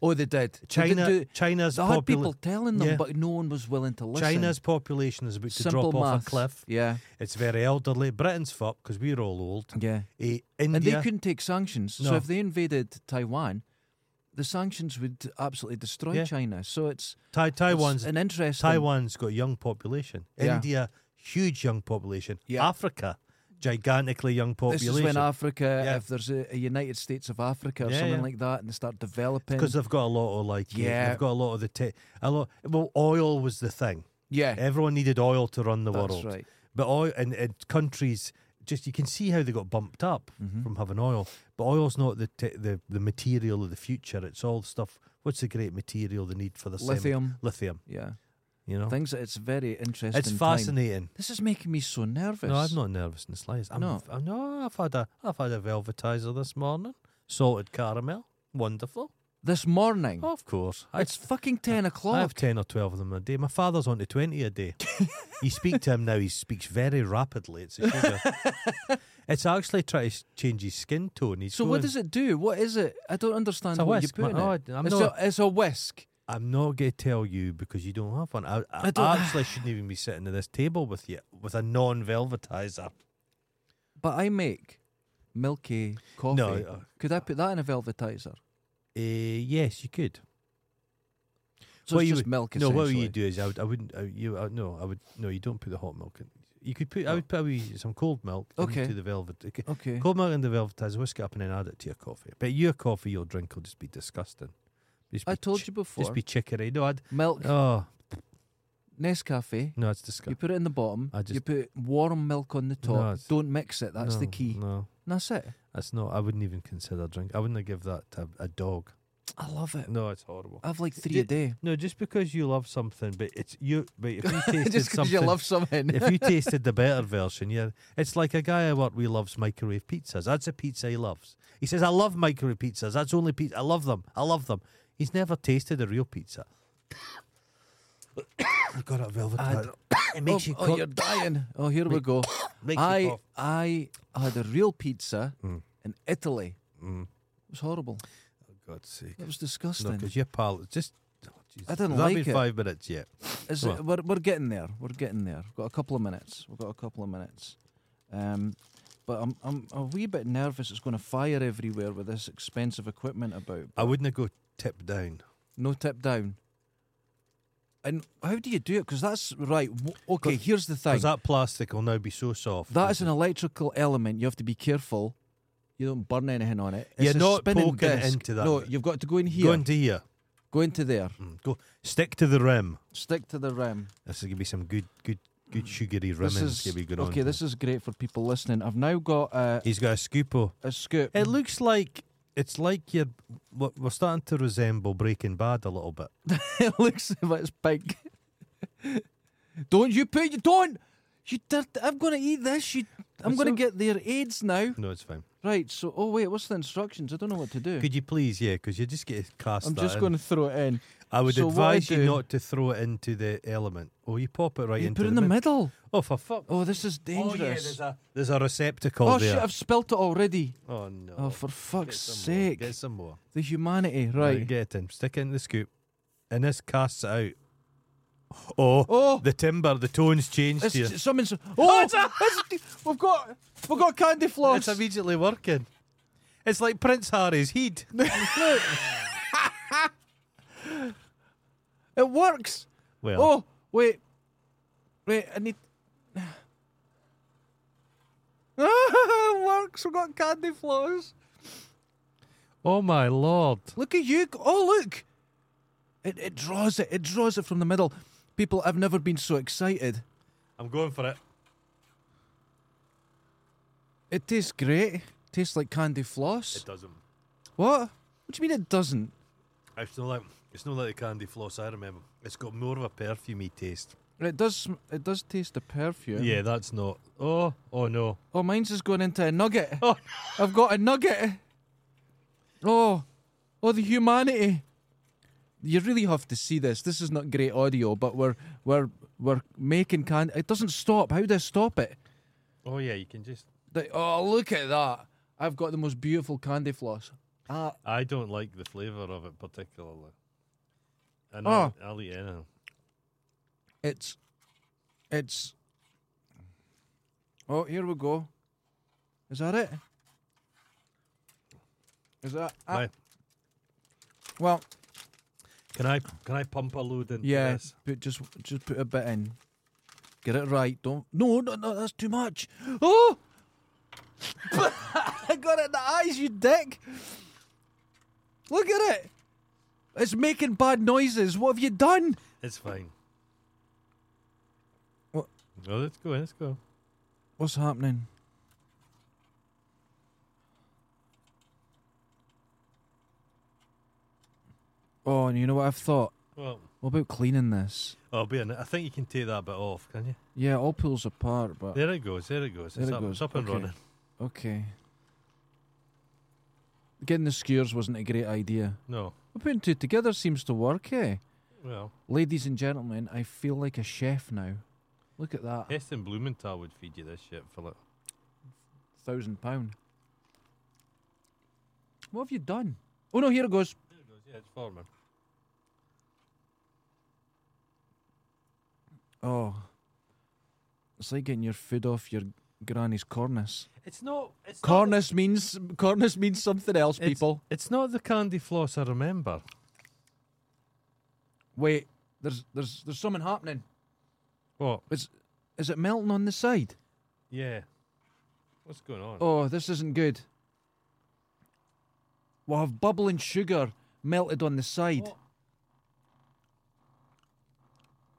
Speaker 1: Oh, they did.
Speaker 2: China,
Speaker 1: They, did do-
Speaker 2: China's
Speaker 1: they had
Speaker 2: popula-
Speaker 1: people telling them,
Speaker 2: Yeah.
Speaker 1: but no one was willing to listen.
Speaker 2: China's population is about to
Speaker 1: simple
Speaker 2: drop off
Speaker 1: maths.
Speaker 2: a cliff.
Speaker 1: Yeah,
Speaker 2: It's very elderly. Britain's fucked because we're all old.
Speaker 1: yeah.
Speaker 2: Eh,
Speaker 1: And
Speaker 2: India,
Speaker 1: they couldn't take sanctions. So
Speaker 2: No.
Speaker 1: if they invaded Taiwan, the sanctions would absolutely destroy
Speaker 2: Yeah.
Speaker 1: China. So it's,
Speaker 2: Tai-
Speaker 1: it's
Speaker 2: Taiwan's
Speaker 1: an interesting.
Speaker 2: Taiwan's got a young population.
Speaker 1: Yeah.
Speaker 2: India, huge young population.
Speaker 1: Yeah.
Speaker 2: Africa, gigantically young population.
Speaker 1: This is when Africa,
Speaker 2: Yeah.
Speaker 1: if there's a, a United States of Africa or
Speaker 2: Yeah,
Speaker 1: something
Speaker 2: yeah.
Speaker 1: like that, and they start developing.
Speaker 2: because they've got a lot of like yeah,
Speaker 1: Yeah.
Speaker 2: they've got a lot of the te- a lot. Well, oil was the thing.
Speaker 1: yeah,
Speaker 2: Everyone needed oil to run the
Speaker 1: That's
Speaker 2: world.
Speaker 1: right.
Speaker 2: But oil and, and countries just you can see how they got bumped up
Speaker 1: Mm-hmm.
Speaker 2: from having oil. But oil's not the te- the the material of the future. It's all stuff. What's the great material they need for the semi-
Speaker 1: Lithium.
Speaker 2: lithium,
Speaker 1: yeah.
Speaker 2: you know.
Speaker 1: Things it's very interesting.
Speaker 2: Oh. It's
Speaker 1: time.
Speaker 2: fascinating.
Speaker 1: This is making me so nervous.
Speaker 2: No, I'm not nervous in the slightest. I'm,
Speaker 1: No.
Speaker 2: I'm, no, I've had a, I've had a velvetizer this morning, salted caramel, wonderful.
Speaker 1: This morning,
Speaker 2: Of course, Oh, I,
Speaker 1: Mm. it's fucking ten
Speaker 2: I have
Speaker 1: o'clock.
Speaker 2: ten or twelve of them a day. My father's on to twenty a day. you speak to him now; he speaks very rapidly. It's a sugar. it's actually trying to s- change his skin tone. He's
Speaker 1: So
Speaker 2: going,
Speaker 1: what does it do? What is it? I don't understand
Speaker 2: It's a
Speaker 1: what
Speaker 2: whisk,
Speaker 1: you put in
Speaker 2: man.
Speaker 1: it.
Speaker 2: Oh, I- I'm
Speaker 1: it's,
Speaker 2: not-
Speaker 1: a, it's a whisk.
Speaker 2: I'm not going to tell you because you don't have one. I, I,
Speaker 1: I don't-
Speaker 2: actually shouldn't even be sitting at this table with you with a non-velvetizer.
Speaker 1: But I make milky coffee.
Speaker 2: No, uh,
Speaker 1: Could I put that in a velvetizer?
Speaker 2: Uh, yes, you could.
Speaker 1: So it's
Speaker 2: you
Speaker 1: just
Speaker 2: would-
Speaker 1: milk.
Speaker 2: No, what you
Speaker 1: essentially.
Speaker 2: do is I, would, I wouldn't. I, you uh, no, I would no. You don't put the hot milk in. You could put. I would put a wee- some cold milk
Speaker 1: Oh. Okay.
Speaker 2: into the velvet. okay.
Speaker 1: Okay.
Speaker 2: Cold milk into the velvetizer. Whisk it up and then add it to your coffee. But your coffee, your drink will just be disgusting. Just
Speaker 1: I
Speaker 2: be
Speaker 1: told
Speaker 2: chi-
Speaker 1: you before.
Speaker 2: Just be chicory. No, I'd,
Speaker 1: Milk,
Speaker 2: oh
Speaker 1: Nescafe.
Speaker 2: no, it's
Speaker 1: You
Speaker 2: disgusting.
Speaker 1: put it in the bottom.
Speaker 2: I
Speaker 1: you
Speaker 2: just-
Speaker 1: put warm milk on the top.
Speaker 2: it's-
Speaker 1: Don't mix it. That's the
Speaker 2: No,
Speaker 1: key.
Speaker 2: No,
Speaker 1: And that's it.
Speaker 2: that's not. I wouldn't even consider drink. I wouldn't give that to a dog.
Speaker 1: I love it.
Speaker 2: No, it's horrible.
Speaker 1: I have like three
Speaker 2: Ju-
Speaker 1: a day.
Speaker 2: No, just because you love something, but it's you. But if you tasted
Speaker 1: just because
Speaker 2: something,
Speaker 1: you love something.
Speaker 2: if you tasted the better version, yeah, it's like a guy I work with loves microwave pizzas. That's a pizza he loves. He says, "I love microwave pizzas. That's only pizza. I love them. I love them." He's never tasted a real pizza. I got a velvet. pad. it
Speaker 1: oh,
Speaker 2: makes you.
Speaker 1: oh,
Speaker 2: cough.
Speaker 1: you're dying. Oh, here we go.
Speaker 2: makes you
Speaker 1: I
Speaker 2: cough. Mm.
Speaker 1: I had a real pizza in Italy. It was horrible.
Speaker 2: For God's sake!
Speaker 1: It was
Speaker 2: Mm. No,
Speaker 1: disgusting.
Speaker 2: because your palate just. oh, Jesus.
Speaker 1: I didn't
Speaker 2: That'll
Speaker 1: like
Speaker 2: be
Speaker 1: it.
Speaker 2: five minutes yet.
Speaker 1: Is
Speaker 2: come
Speaker 1: it-
Speaker 2: on.
Speaker 1: we're, we're getting there. We're getting there. We've got a couple of minutes. We've got a couple of minutes. Um, but I'm, I'm a wee bit nervous. It's going to fire everywhere with this expensive equipment about.
Speaker 2: I wouldn't go tip down.
Speaker 1: No tip down. And how do you do it? Because that's right. w- Okay, here's the thing.
Speaker 2: Because that plastic will now be so soft.
Speaker 1: That is an electrical element. You have to be careful You don't burn anything on it. It's
Speaker 2: You're
Speaker 1: a
Speaker 2: not
Speaker 1: spinning
Speaker 2: poking it
Speaker 1: disc.
Speaker 2: into that
Speaker 1: No,
Speaker 2: bit.
Speaker 1: you've got to go in here.
Speaker 2: Go into here.
Speaker 1: go into there.
Speaker 2: Mm, Go stick to the rim.
Speaker 1: Stick to the rim.
Speaker 2: This is gonna be some good, good, good sugary rimming.
Speaker 1: This is
Speaker 2: gonna be going
Speaker 1: okay.
Speaker 2: on.
Speaker 1: This is great for people listening. I've now got a,
Speaker 2: He's got a scoopo.
Speaker 1: a scoop.
Speaker 2: It looks like it's like you're. we're- We're starting to resemble Breaking Bad a little bit.
Speaker 1: it looks like it's big. don't you put you don't. You dirt, I'm gonna eat this. You, I'm
Speaker 2: It's
Speaker 1: gonna
Speaker 2: o-
Speaker 1: get their aids now.
Speaker 2: No, it's fine.
Speaker 1: Right. So, oh wait, what's the instructions? I don't know what to do.
Speaker 2: Could you please, yeah, because you just get cast.
Speaker 1: I'm
Speaker 2: that
Speaker 1: just
Speaker 2: in.
Speaker 1: going to throw it in.
Speaker 2: I would
Speaker 1: so what I
Speaker 2: advise you
Speaker 1: do-
Speaker 2: not to throw it into the element. Oh, you pop it right
Speaker 1: you
Speaker 2: into
Speaker 1: put it in the
Speaker 2: mid-
Speaker 1: middle.
Speaker 2: Oh, for fuck!
Speaker 1: Oh, this is
Speaker 2: Oh,
Speaker 1: dangerous.
Speaker 2: yeah, there's a there's a receptacle
Speaker 1: Oh,
Speaker 2: there.
Speaker 1: shit, I've spilt it already.
Speaker 2: Oh no!
Speaker 1: Oh, for fuck's
Speaker 2: Get some more,
Speaker 1: sake.
Speaker 2: Get some more.
Speaker 1: The humanity, right.
Speaker 2: get in. Stick it in the scoop, and this casts it out. Oh,
Speaker 1: Oh.
Speaker 2: the timber, the tones changed
Speaker 1: It's,
Speaker 2: here.
Speaker 1: it's something's. Oh, it's a, we've got we've got candy floss.
Speaker 2: It's immediately working. It's like Prince Harry's heed.
Speaker 1: it works.
Speaker 2: well,
Speaker 1: Oh, wait, wait. I need. it works. We've got candy floss.
Speaker 2: oh my lord!
Speaker 1: Look at you. go- Oh, look. It it draws it. It draws it from the middle. People, I've never been so excited.
Speaker 2: I'm going for it.
Speaker 1: It tastes great. Tastes like candy floss.
Speaker 2: It doesn't.
Speaker 1: What? What do you mean it doesn't?
Speaker 2: It's not like it's not like the candy floss I remember. It's got more of a perfumey taste.
Speaker 1: It does. sm- It does taste the perfume.
Speaker 2: Yeah, that's not. Oh, oh no.
Speaker 1: Oh, mine's just going into a nugget.
Speaker 2: Oh,
Speaker 1: I've got a nugget. Oh, oh, the humanity. You really have to see this. This is not great audio, but we're we're we're making can. It doesn't stop. How do I stop it?
Speaker 2: oh yeah, you can just.
Speaker 1: The- oh, look at that! I've got the most beautiful candy floss. Ah,
Speaker 2: I don't like the flavour of it particularly. And
Speaker 1: Oh.
Speaker 2: I'll, I'll eat anything.
Speaker 1: it's, it's. Oh, here we go. Is that it? Is that? ah,
Speaker 2: Right,
Speaker 1: well,
Speaker 2: Can I can I pump a load into
Speaker 1: Yeah,
Speaker 2: this?
Speaker 1: but just just put a bit in. Get it right. Don't. No, no, no. That's too much. Oh, I got it in the eyes, you dick. Look at it. It's making bad noises. What have you done?
Speaker 2: It's fine.
Speaker 1: What?
Speaker 2: Oh, let's go. Let's go.
Speaker 1: What's happening? Oh, and you know what I've thought?
Speaker 2: Well,
Speaker 1: What about cleaning this?
Speaker 2: oh, be in it. I think you can take that bit off, can you?
Speaker 1: Yeah, it all pulls apart, but
Speaker 2: There it goes. There it goes.
Speaker 1: There
Speaker 2: it's
Speaker 1: it
Speaker 2: up,
Speaker 1: goes.
Speaker 2: It's up and
Speaker 1: Okay.
Speaker 2: running.
Speaker 1: Okay. Getting the skewers wasn't a great idea.
Speaker 2: No.
Speaker 1: But putting two together seems to work, eh?
Speaker 2: Well,
Speaker 1: Ladies and gentlemen, I feel like a chef now. Look at that.
Speaker 2: Heston Blumenthal would feed you this shit, Philip.
Speaker 1: Thousand pound. What have you done? Oh no, here it goes.
Speaker 2: There it goes. Yeah, it's forming.
Speaker 1: Oh. It's like getting your food off your granny's cornice.
Speaker 2: It's not. It's Not
Speaker 1: Cornice means cornice means something else,
Speaker 2: the, it's-
Speaker 1: people.
Speaker 2: It's, not the candy floss I remember.
Speaker 1: Wait, there's there's there's something happening.
Speaker 2: What?
Speaker 1: Is is it melting on the side?
Speaker 2: Yeah. What's going on?
Speaker 1: Oh, this isn't good. We'll have bubbling sugar melted on the side.
Speaker 2: What?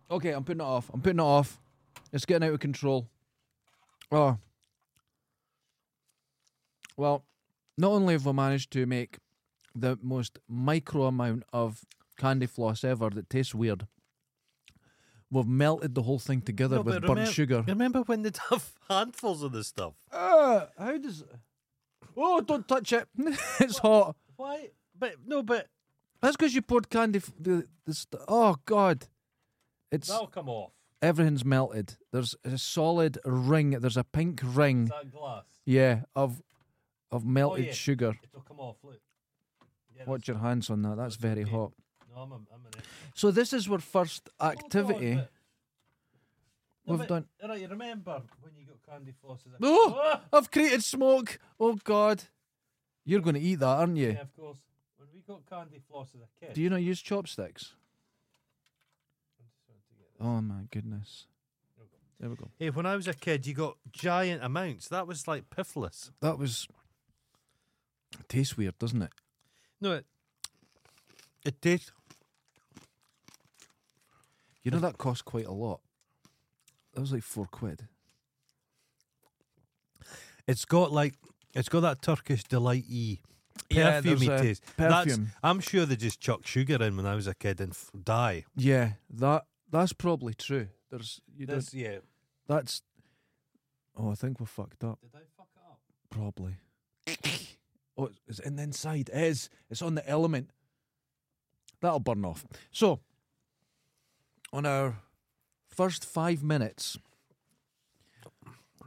Speaker 2: Oh.
Speaker 1: Okay, I'm putting it off. I'm putting it off. It's getting out of control. Oh. Well, not only have we managed to make the most micro amount of candy floss ever that tastes weird, we've melted the whole thing together
Speaker 2: No,
Speaker 1: with
Speaker 2: but
Speaker 1: burnt
Speaker 2: remem-
Speaker 1: sugar.
Speaker 2: Remember when they'd have handfuls of this stuff?
Speaker 1: Uh, how does. Oh, don't touch it. it's hot.
Speaker 2: Why? But no, but
Speaker 1: That's because you poured candy. F- the, the st- oh God, it's
Speaker 2: that'll come off.
Speaker 1: everything's melted. There's a solid ring. There's a pink ring.
Speaker 2: That glass,
Speaker 1: Yeah, of of melted
Speaker 2: Oh, yeah.
Speaker 1: sugar.
Speaker 2: it'll come off. Look. Yeah,
Speaker 1: Watch your hands on that. That's very
Speaker 2: okay.
Speaker 1: hot.
Speaker 2: that's- No, I'm, a, I'm an expert.
Speaker 1: So this is our first
Speaker 2: Hold on,
Speaker 1: activity.
Speaker 2: but- no,
Speaker 1: We've
Speaker 2: but-
Speaker 1: done-
Speaker 2: all Right, you remember when you got candy floss? as a-
Speaker 1: Oh, I've created smoke. Oh God, you're going to eat that, aren't you?
Speaker 2: Yeah, of course. When we got candy floss as a kid.
Speaker 1: Do you not use chopsticks?
Speaker 2: I'm just trying to get this.
Speaker 1: Oh my goodness. There we go.
Speaker 2: Hey, when I was a kid, you got giant amounts. That was like piffless.
Speaker 1: That was It tastes weird, doesn't it?
Speaker 2: No, it, it tastes.
Speaker 1: You know that cost quite a lot. That was like four quid.
Speaker 2: It's got like it's got that Turkish delight y
Speaker 1: Yeah,
Speaker 2: perfume
Speaker 1: there's a
Speaker 2: taste.
Speaker 1: perfume.
Speaker 2: That's, I'm sure they just chucked sugar in when I was a kid and f- die.
Speaker 1: Yeah, that that's probably true. There's you don't-
Speaker 2: That's, yeah.
Speaker 1: that's Oh, I think we're fucked up.
Speaker 2: Did I fuck it up?
Speaker 1: Probably. oh, it's in the inside. It is. It's on the element. That'll burn off. So, on our first five minutes.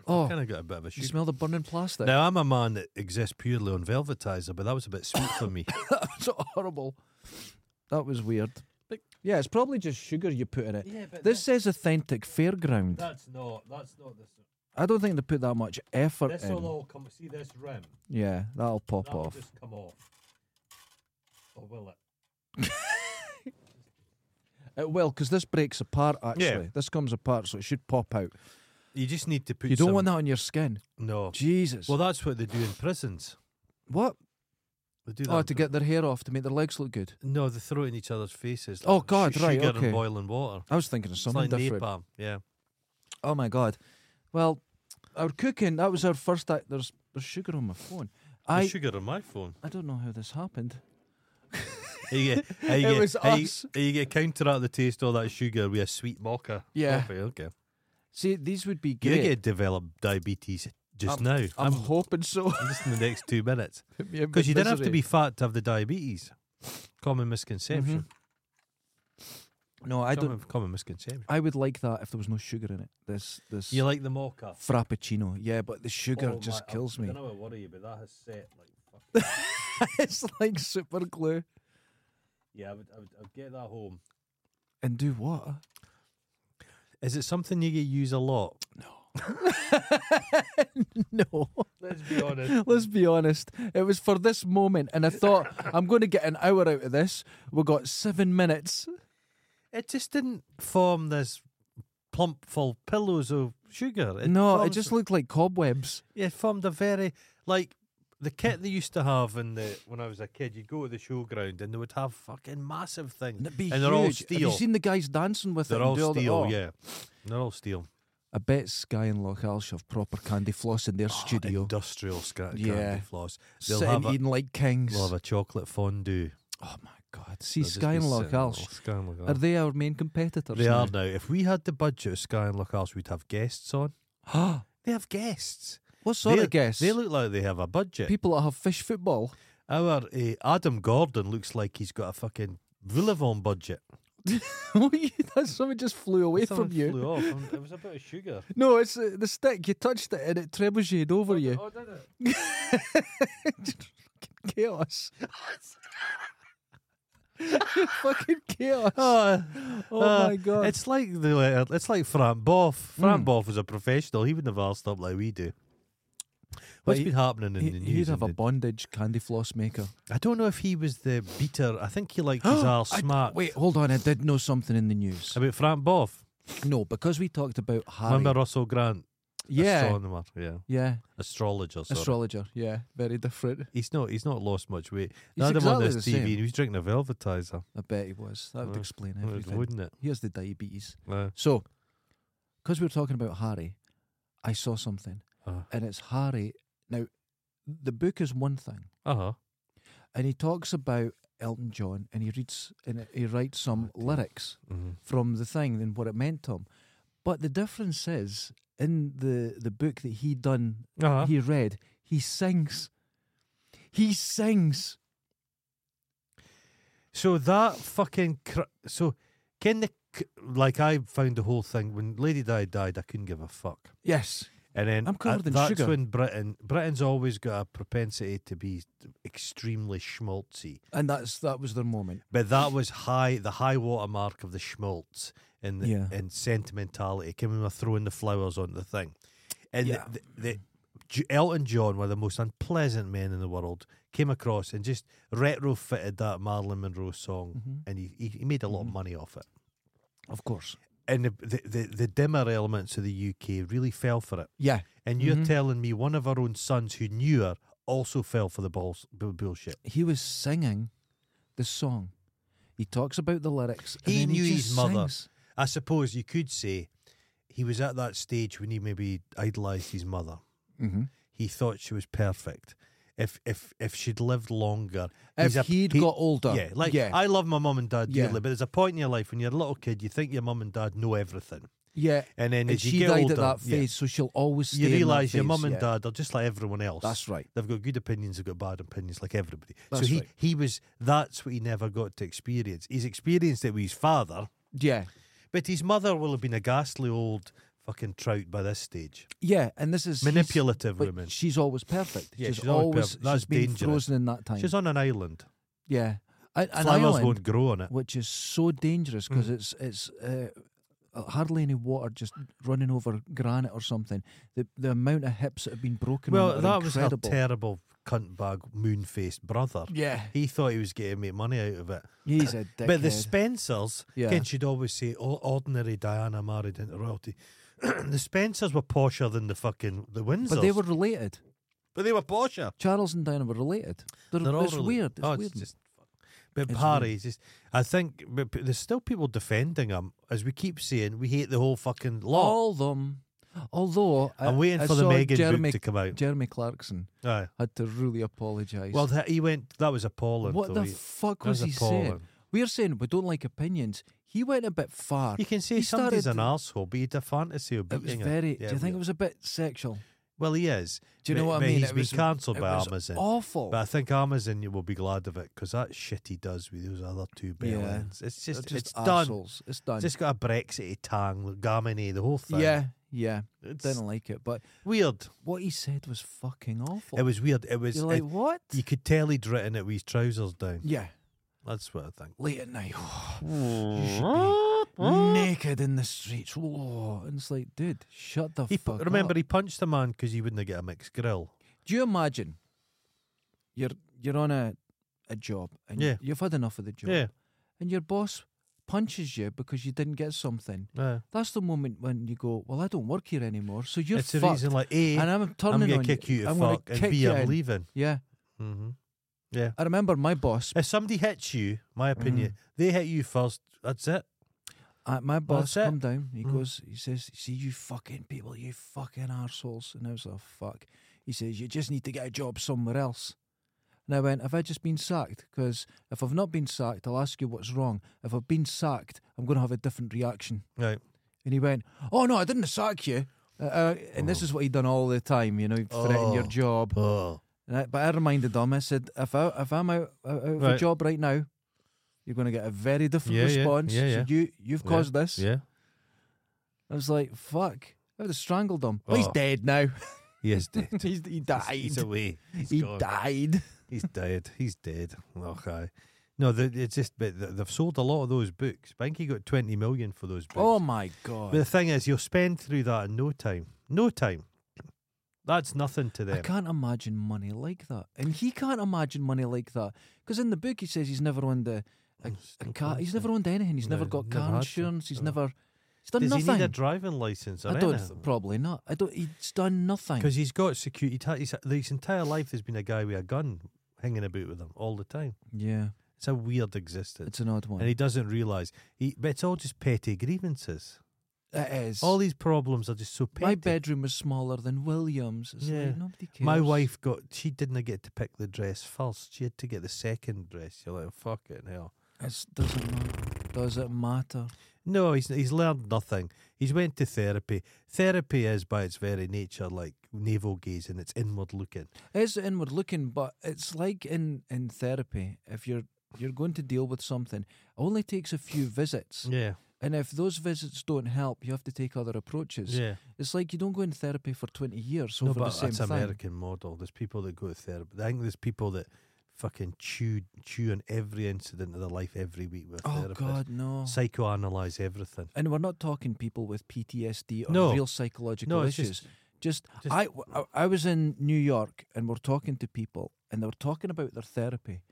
Speaker 1: Oh,
Speaker 2: Kind of got a bit of a
Speaker 1: you
Speaker 2: sugar.
Speaker 1: smell the burning plastic?
Speaker 2: Now I'm a man that exists purely on velvetizer, but that was a bit sweet for me.
Speaker 1: That's horrible. That was weird. Yeah, it's probably just sugar you put in it.
Speaker 2: Yeah, but
Speaker 1: this says authentic fairground.
Speaker 2: That's not. That's not this.
Speaker 1: I don't think they put that much effort in.
Speaker 2: all come. See this rim.
Speaker 1: Yeah, that'll pop
Speaker 2: That'll
Speaker 1: off.
Speaker 2: just come off. Or will it?
Speaker 1: It will, because this breaks apart, actually.
Speaker 2: Yeah.
Speaker 1: This comes apart, so it should pop out.
Speaker 2: You just need to put.
Speaker 1: You don't
Speaker 2: some-
Speaker 1: want that on your skin.
Speaker 2: No.
Speaker 1: Jesus.
Speaker 2: Well, that's what they do in prisons.
Speaker 1: what?
Speaker 2: They do that.
Speaker 1: Oh,
Speaker 2: in
Speaker 1: to
Speaker 2: pri-
Speaker 1: get their hair off to make their legs look good.
Speaker 2: No, they throw it in each other's faces.
Speaker 1: Oh,
Speaker 2: like
Speaker 1: God,
Speaker 2: su-
Speaker 1: right,
Speaker 2: Sugar
Speaker 1: okay.
Speaker 2: and boiling water.
Speaker 1: I was thinking of
Speaker 2: It's
Speaker 1: something
Speaker 2: like
Speaker 1: different.
Speaker 2: napalm. Yeah.
Speaker 1: Oh my god. Well, our cooking, that was our first act. There's there's sugar on my phone. I
Speaker 2: There's sugar on my phone.
Speaker 1: I don't know how this happened.
Speaker 2: How you get, how you
Speaker 1: It
Speaker 2: get,
Speaker 1: was
Speaker 2: how you-
Speaker 1: us.
Speaker 2: how you get counteract the taste of all that sugar with a sweet mocha.
Speaker 1: Yeah.
Speaker 2: Coffee. Okay.
Speaker 1: See, these would be
Speaker 2: You
Speaker 1: great.
Speaker 2: get developed diabetes just
Speaker 1: I'm-
Speaker 2: now.
Speaker 1: I'm hoping so.
Speaker 2: just in the next two minutes.
Speaker 1: Put me in
Speaker 2: Because you
Speaker 1: with
Speaker 2: didn't have to
Speaker 1: misery.
Speaker 2: be fat to have the diabetes. Common
Speaker 1: Mm-hmm.
Speaker 2: misconception.
Speaker 1: No, I don't.
Speaker 2: common, common misconception.
Speaker 1: I would like that if there was no sugar in it. This this
Speaker 2: You like the mocha?
Speaker 1: frappuccino. Yeah, but the sugar
Speaker 2: Oh,
Speaker 1: just
Speaker 2: my-
Speaker 1: kills
Speaker 2: I
Speaker 1: me.
Speaker 2: don't know what worry you, but that has set like. fuck.
Speaker 1: it's like super glue.
Speaker 2: Yeah, I would, I would, I would get that home.
Speaker 1: And do what?
Speaker 2: Is it something you use a lot?
Speaker 1: No.
Speaker 2: Let's be honest.
Speaker 1: Let's be honest. It was for this moment, and I thought I'm going to get an hour out of this. We got seven minutes.
Speaker 2: it just didn't form this plump full pillows of sugar. It
Speaker 1: no, it
Speaker 2: forms-
Speaker 1: just looked like cobwebs.
Speaker 2: it formed a very like the kit they used to have in the when I was a kid. You would go to the showground and they would have fucking massive things,
Speaker 1: And it'd be
Speaker 2: they're all
Speaker 1: huge. Have
Speaker 2: steel.
Speaker 1: you seen the guys dancing with
Speaker 2: they're
Speaker 1: it? and
Speaker 2: all
Speaker 1: do the-
Speaker 2: steel,
Speaker 1: oh.
Speaker 2: yeah. They're all steel.
Speaker 1: I bet Sky and Loch Alsh have proper candy floss in their studio,
Speaker 2: Industrial sca-
Speaker 1: Yeah.
Speaker 2: candy floss. Oh, They'll
Speaker 1: sitting
Speaker 2: have, a,
Speaker 1: eating like kings.
Speaker 2: they'll have a chocolate fondue.
Speaker 1: Oh my god! See,
Speaker 2: They'll just
Speaker 1: Sky
Speaker 2: be
Speaker 1: and Loch
Speaker 2: sitting all-
Speaker 1: Alsh
Speaker 2: Sky and Loch
Speaker 1: are
Speaker 2: Alsh.
Speaker 1: they our main competitors?
Speaker 2: They
Speaker 1: now?
Speaker 2: are now. If we had the budget of Sky and Loch Alsh, we'd have guests on. They have guests.
Speaker 1: what sort
Speaker 2: they,
Speaker 1: of guess?
Speaker 2: They look like they have a budget.
Speaker 1: People that have fish football.
Speaker 2: Our uh, Adam Gordon looks like he's got a fucking Voulevon budget.
Speaker 1: Oh, you- That's something just flew away
Speaker 2: Someone
Speaker 1: from you.
Speaker 2: Flew off. Um, It was a bit of sugar.
Speaker 1: No, it's uh, the stick. You touched it and it trebucheted over you.
Speaker 2: Oh, did it?
Speaker 1: Chaos. Fucking chaos.
Speaker 2: Oh,
Speaker 1: Oh my God. Hmm.
Speaker 2: It's like the uh, it's like Frank Boff. Frank Boff was a professional. He wouldn't have asked up like we do. What's
Speaker 1: he-
Speaker 2: been happening in
Speaker 1: He,
Speaker 2: the
Speaker 1: he'd
Speaker 2: news?
Speaker 1: have
Speaker 2: in
Speaker 1: a
Speaker 2: the-
Speaker 1: bondage candy floss maker.
Speaker 2: I don't know if he was the beater. I think he liked his arse
Speaker 1: I-
Speaker 2: smacked.
Speaker 1: Wait, hold on. I did know something in the news.
Speaker 2: about Frank Boff.
Speaker 1: No, because we talked about Harry.
Speaker 2: Remember Russell Grant?
Speaker 1: yeah,
Speaker 2: Astronomer. Yeah.
Speaker 1: yeah,
Speaker 2: Astrologer. Sorry.
Speaker 1: astrologer. Yeah, very different.
Speaker 2: he's not. He's not lost much weight.
Speaker 1: He's
Speaker 2: I had him on
Speaker 1: exactly
Speaker 2: this
Speaker 1: the
Speaker 2: TV.
Speaker 1: same.
Speaker 2: And he was drinking a velvetizer.
Speaker 1: I bet he was. That would
Speaker 2: Uh,
Speaker 1: explain
Speaker 2: Well, it
Speaker 1: everything.
Speaker 2: Wouldn't it?
Speaker 1: Here's the diabetes.
Speaker 2: Uh,
Speaker 1: So, because we were talking about Harry, I saw something,
Speaker 2: Uh.
Speaker 1: and it's Harry. Now, the book is one thing,
Speaker 2: huh.
Speaker 1: and he talks about Elton John, and he reads and he writes some
Speaker 2: Ah,
Speaker 1: lyrics
Speaker 2: Mm-hmm.
Speaker 1: from the thing and what it meant to him. But the difference is in the the book that he done,
Speaker 2: Uh-huh.
Speaker 1: he read, he sings. He sings.
Speaker 2: So that fucking cr- so can the c- like I found the whole thing when Lady Di died. I couldn't give a fuck.
Speaker 1: Yes.
Speaker 2: And then
Speaker 1: I'm covered
Speaker 2: at-
Speaker 1: in
Speaker 2: that's
Speaker 1: sugar.
Speaker 2: when Britain Britain's always got a propensity to be extremely schmaltzy.
Speaker 1: And that's that was their moment.
Speaker 2: But that was high the high water mark of the schmaltz and the,
Speaker 1: Yeah.
Speaker 2: and sentimentality. Came when we were throwing the flowers onto the thing. And
Speaker 1: Yeah.
Speaker 2: the, the, the, J- Elton John, one of the most unpleasant men in the world, came across and just retrofitted that Marilyn Monroe song,
Speaker 1: Mm-hmm.
Speaker 2: and he, he, he made a lot of money off it.
Speaker 1: Of course.
Speaker 2: And the, the, the, the dimmer elements of the UK really fell for it.
Speaker 1: Yeah.
Speaker 2: And you're telling me one of our own sons who knew her also fell for the balls, bu- bullshit.
Speaker 1: He was singing the song. He talks about the lyrics. and
Speaker 2: He
Speaker 1: then
Speaker 2: knew
Speaker 1: he
Speaker 2: his
Speaker 1: just
Speaker 2: mother.
Speaker 1: sings.
Speaker 2: I suppose you could say he was at that stage when he maybe idolized his mother.
Speaker 1: Mhm.
Speaker 2: He thought she was perfect. If if if she'd lived longer,
Speaker 1: If
Speaker 2: he's a-
Speaker 1: he'd got older,
Speaker 2: yeah, like
Speaker 1: yeah.
Speaker 2: I love my mum and dad
Speaker 1: Yeah.
Speaker 2: dearly, but there's a point in your life when you're a little kid, you think your mum and dad know everything,
Speaker 1: Yeah.
Speaker 2: and then
Speaker 1: And
Speaker 2: as you
Speaker 1: she
Speaker 2: get
Speaker 1: died
Speaker 2: older,
Speaker 1: at that
Speaker 2: yeah,
Speaker 1: phase, so she'll always stay
Speaker 2: you
Speaker 1: in that
Speaker 2: realise your
Speaker 1: phase,
Speaker 2: mum and
Speaker 1: yeah.
Speaker 2: dad are just like everyone else.
Speaker 1: That's right.
Speaker 2: They've got good opinions, they've got bad opinions, like everybody.
Speaker 1: That's
Speaker 2: so he
Speaker 1: right.
Speaker 2: he was that's what he never got to experience. He's experienced it with his father,
Speaker 1: Yeah.
Speaker 2: but his mother will have been a ghastly old fucking trout by this stage.
Speaker 1: Yeah, and this is she's-
Speaker 2: Manipulative
Speaker 1: but
Speaker 2: woman.
Speaker 1: She's always perfect.
Speaker 2: Yeah,
Speaker 1: she's,
Speaker 2: she's always
Speaker 1: always,
Speaker 2: perfect. That's
Speaker 1: she's been
Speaker 2: dangerous.
Speaker 1: frozen in that time.
Speaker 2: She's on an island.
Speaker 1: yeah, and, and
Speaker 2: Flowers
Speaker 1: Ireland,
Speaker 2: won't grow on it.
Speaker 1: which is so dangerous because
Speaker 2: Mm.
Speaker 1: it's it's uh, hardly any water just running over granite or something. The the amount of hips that have been broken. on it
Speaker 2: Well,
Speaker 1: are
Speaker 2: that was her
Speaker 1: incredible.
Speaker 2: terrible cunt bag moon faced brother.
Speaker 1: Yeah,
Speaker 2: He thought he was getting me money out of it.
Speaker 1: he's a dickhead.
Speaker 2: But the Spencers,
Speaker 1: Yeah.
Speaker 2: again, she'd always say, "Oh, ordinary Diana married into royalty. the Spencers were posher than the fucking the Windsors.
Speaker 1: but they were related.
Speaker 2: but they were posher.
Speaker 1: Charles and Diana were related. They're,
Speaker 2: They're all
Speaker 1: it's
Speaker 2: really-
Speaker 1: weird. It's
Speaker 2: oh,
Speaker 1: weird.
Speaker 2: It's just, but
Speaker 1: It's
Speaker 2: Harry, is just, I think, but p- there's still people defending him. As we keep saying, we hate the whole fucking law.
Speaker 1: All them. Although I-
Speaker 2: I'm waiting
Speaker 1: I
Speaker 2: for the
Speaker 1: saw
Speaker 2: Megan
Speaker 1: Jeremy,
Speaker 2: book to come out.
Speaker 1: Jeremy Clarkson
Speaker 2: Aye.
Speaker 1: had to really apologise.
Speaker 2: Well, that, he went. That was appalling.
Speaker 1: What
Speaker 2: though.
Speaker 1: the
Speaker 2: He-
Speaker 1: fuck
Speaker 2: that
Speaker 1: was he saying?
Speaker 2: appalling.
Speaker 1: We're saying we don't like opinions. He went a bit far.
Speaker 2: You can say
Speaker 1: He
Speaker 2: somebody's
Speaker 1: started-
Speaker 2: an arsehole, but he had a fantasy of
Speaker 1: It was
Speaker 2: beating
Speaker 1: very.
Speaker 2: Yeah,
Speaker 1: do you think
Speaker 2: yeah.
Speaker 1: it was a bit sexual?
Speaker 2: Well, he is.
Speaker 1: Do you know
Speaker 2: but,
Speaker 1: what
Speaker 2: but
Speaker 1: I mean?
Speaker 2: He's
Speaker 1: it
Speaker 2: been
Speaker 1: was
Speaker 2: cancelled
Speaker 1: it
Speaker 2: by
Speaker 1: was
Speaker 2: Amazon.
Speaker 1: Awful.
Speaker 2: But I think Amazon will be glad of it because that shit he does with those other two bell
Speaker 1: Yeah.
Speaker 2: ends. It's
Speaker 1: They're
Speaker 2: just, it's done.
Speaker 1: arseholes. It's done.
Speaker 2: It's just got a Brexit tang, the Gamini, the whole thing.
Speaker 1: yeah, yeah.
Speaker 2: It's
Speaker 1: Didn't like it, but
Speaker 2: weird.
Speaker 1: what he said was fucking awful.
Speaker 2: It was weird. It was.
Speaker 1: You're like
Speaker 2: it-
Speaker 1: what?
Speaker 2: you could tell he'd written it with his trousers down.
Speaker 1: yeah.
Speaker 2: That's what I think.
Speaker 1: Late at night, you should be naked in the streets. Whoa. And it's like, dude, shut the
Speaker 2: He, pu-
Speaker 1: fuck
Speaker 2: remember,
Speaker 1: up.
Speaker 2: he punched the man because he wouldn't get a mixed grill.
Speaker 1: Do you imagine you're you're on a a job and
Speaker 2: Yeah.
Speaker 1: you've had enough of the job
Speaker 2: Yeah.
Speaker 1: and your boss punches you because you didn't get something?
Speaker 2: yeah.
Speaker 1: That's the moment when you go, well, I don't work here anymore, so you're
Speaker 2: it's
Speaker 1: fucked.
Speaker 2: a reason like A,
Speaker 1: and I'm
Speaker 2: I'm
Speaker 1: turning
Speaker 2: going
Speaker 1: on
Speaker 2: to kick you to
Speaker 1: I'm gonna
Speaker 2: fuck, and
Speaker 1: kick
Speaker 2: B,
Speaker 1: you
Speaker 2: I'm
Speaker 1: in.
Speaker 2: leaving.
Speaker 1: Yeah,
Speaker 2: Mm-hmm. Yeah.
Speaker 1: I remember my boss.
Speaker 2: If somebody hits you, my opinion, they hit you first. That's it.
Speaker 1: Uh, my boss
Speaker 2: that's it. Mm.
Speaker 1: come down. He goes, he says, "See you fucking people, you fucking arseholes. And I was like, "Fuck." He says, "You just need to get a job somewhere else." And I went, "Have I just been sacked? Because if I've not been sacked, I'll ask you what's wrong. If I've been sacked, I'm going to have a different reaction."
Speaker 2: Right.
Speaker 1: And he went, "Oh no, I didn't sack you." Uh, uh, and this is what he'd done all the time, you know, he'd threaten your
Speaker 2: Oh.
Speaker 1: job.
Speaker 2: Oh.
Speaker 1: And I, but I reminded them, I said, if, I, if I'm out, out of a
Speaker 2: Right.
Speaker 1: job right now, you're going to get a very different
Speaker 2: Yeah, yeah,
Speaker 1: response.
Speaker 2: yeah, yeah.
Speaker 1: So you, you've
Speaker 2: Yeah,
Speaker 1: caused this.
Speaker 2: Yeah.
Speaker 1: I was like, fuck. I would have strangled him. Well, he's
Speaker 2: Oh.
Speaker 1: dead now.
Speaker 2: He is dead.
Speaker 1: he's, he died.
Speaker 2: He's away. He's
Speaker 1: he
Speaker 2: gone.
Speaker 1: died.
Speaker 2: He's dead. He's dead. Okay. No, the, it's just but th- they've sold a lot of those books. I think he got twenty million for those books.
Speaker 1: Oh my
Speaker 2: but the
Speaker 1: god.
Speaker 2: thing is, you'll spend through that in no time. No time. That's nothing to
Speaker 1: I
Speaker 2: them.
Speaker 1: can't imagine money like that, and he can't imagine money like that because in the book he says he's never owned a,
Speaker 2: Oh,
Speaker 1: a, a car. He's never owned anything. He's never
Speaker 2: No,
Speaker 1: got
Speaker 2: never
Speaker 1: car
Speaker 2: had to.
Speaker 1: insurance. He's
Speaker 2: No.
Speaker 1: never. He's done
Speaker 2: Does
Speaker 1: nothing.
Speaker 2: he need a driving license or
Speaker 1: I don't.
Speaker 2: anything?
Speaker 1: Probably not. I don't. He's done nothing.
Speaker 2: Because he's got security. He's, his entire life there's been a guy with a gun hanging about with him all the time.
Speaker 1: Yeah,
Speaker 2: It's a weird existence.
Speaker 1: it's an odd one.
Speaker 2: and he doesn't realise. He, but it's all just petty grievances.
Speaker 1: it is.
Speaker 2: All these problems are just so petty.
Speaker 1: My bedroom was smaller than Williams. It's
Speaker 2: Yeah.
Speaker 1: like nobody cares.
Speaker 2: My wife got. She didn't get to pick the dress first. She had to get the second dress. You're like, fuck it, hell.
Speaker 1: It doesn't matter. Does it matter?
Speaker 2: No, he's he's learned nothing. He's went to therapy. Therapy is by its very nature like navel gazing. It's inward looking.
Speaker 1: It's inward looking, but it's like in in therapy. If you're you're going to deal with something, it only takes a few visits,
Speaker 2: Yeah,
Speaker 1: and if those visits don't help, you have to take other approaches.
Speaker 2: yeah.
Speaker 1: It's like you don't go in therapy for twenty years
Speaker 2: No,
Speaker 1: over the
Speaker 2: but
Speaker 1: same
Speaker 2: that's
Speaker 1: thing.
Speaker 2: American model. There's people that go to therapy. I think there's people that fucking chew chew on every incident of their life every week with
Speaker 1: Oh
Speaker 2: therapists.
Speaker 1: God, no!
Speaker 2: Psychoanalyze everything.
Speaker 1: And we're not talking people with PTSD or
Speaker 2: No.
Speaker 1: real psychological
Speaker 2: No, it's
Speaker 1: issues. Just,
Speaker 2: just-
Speaker 1: I, I, I was in New York and we're talking to people and they were talking about their therapy.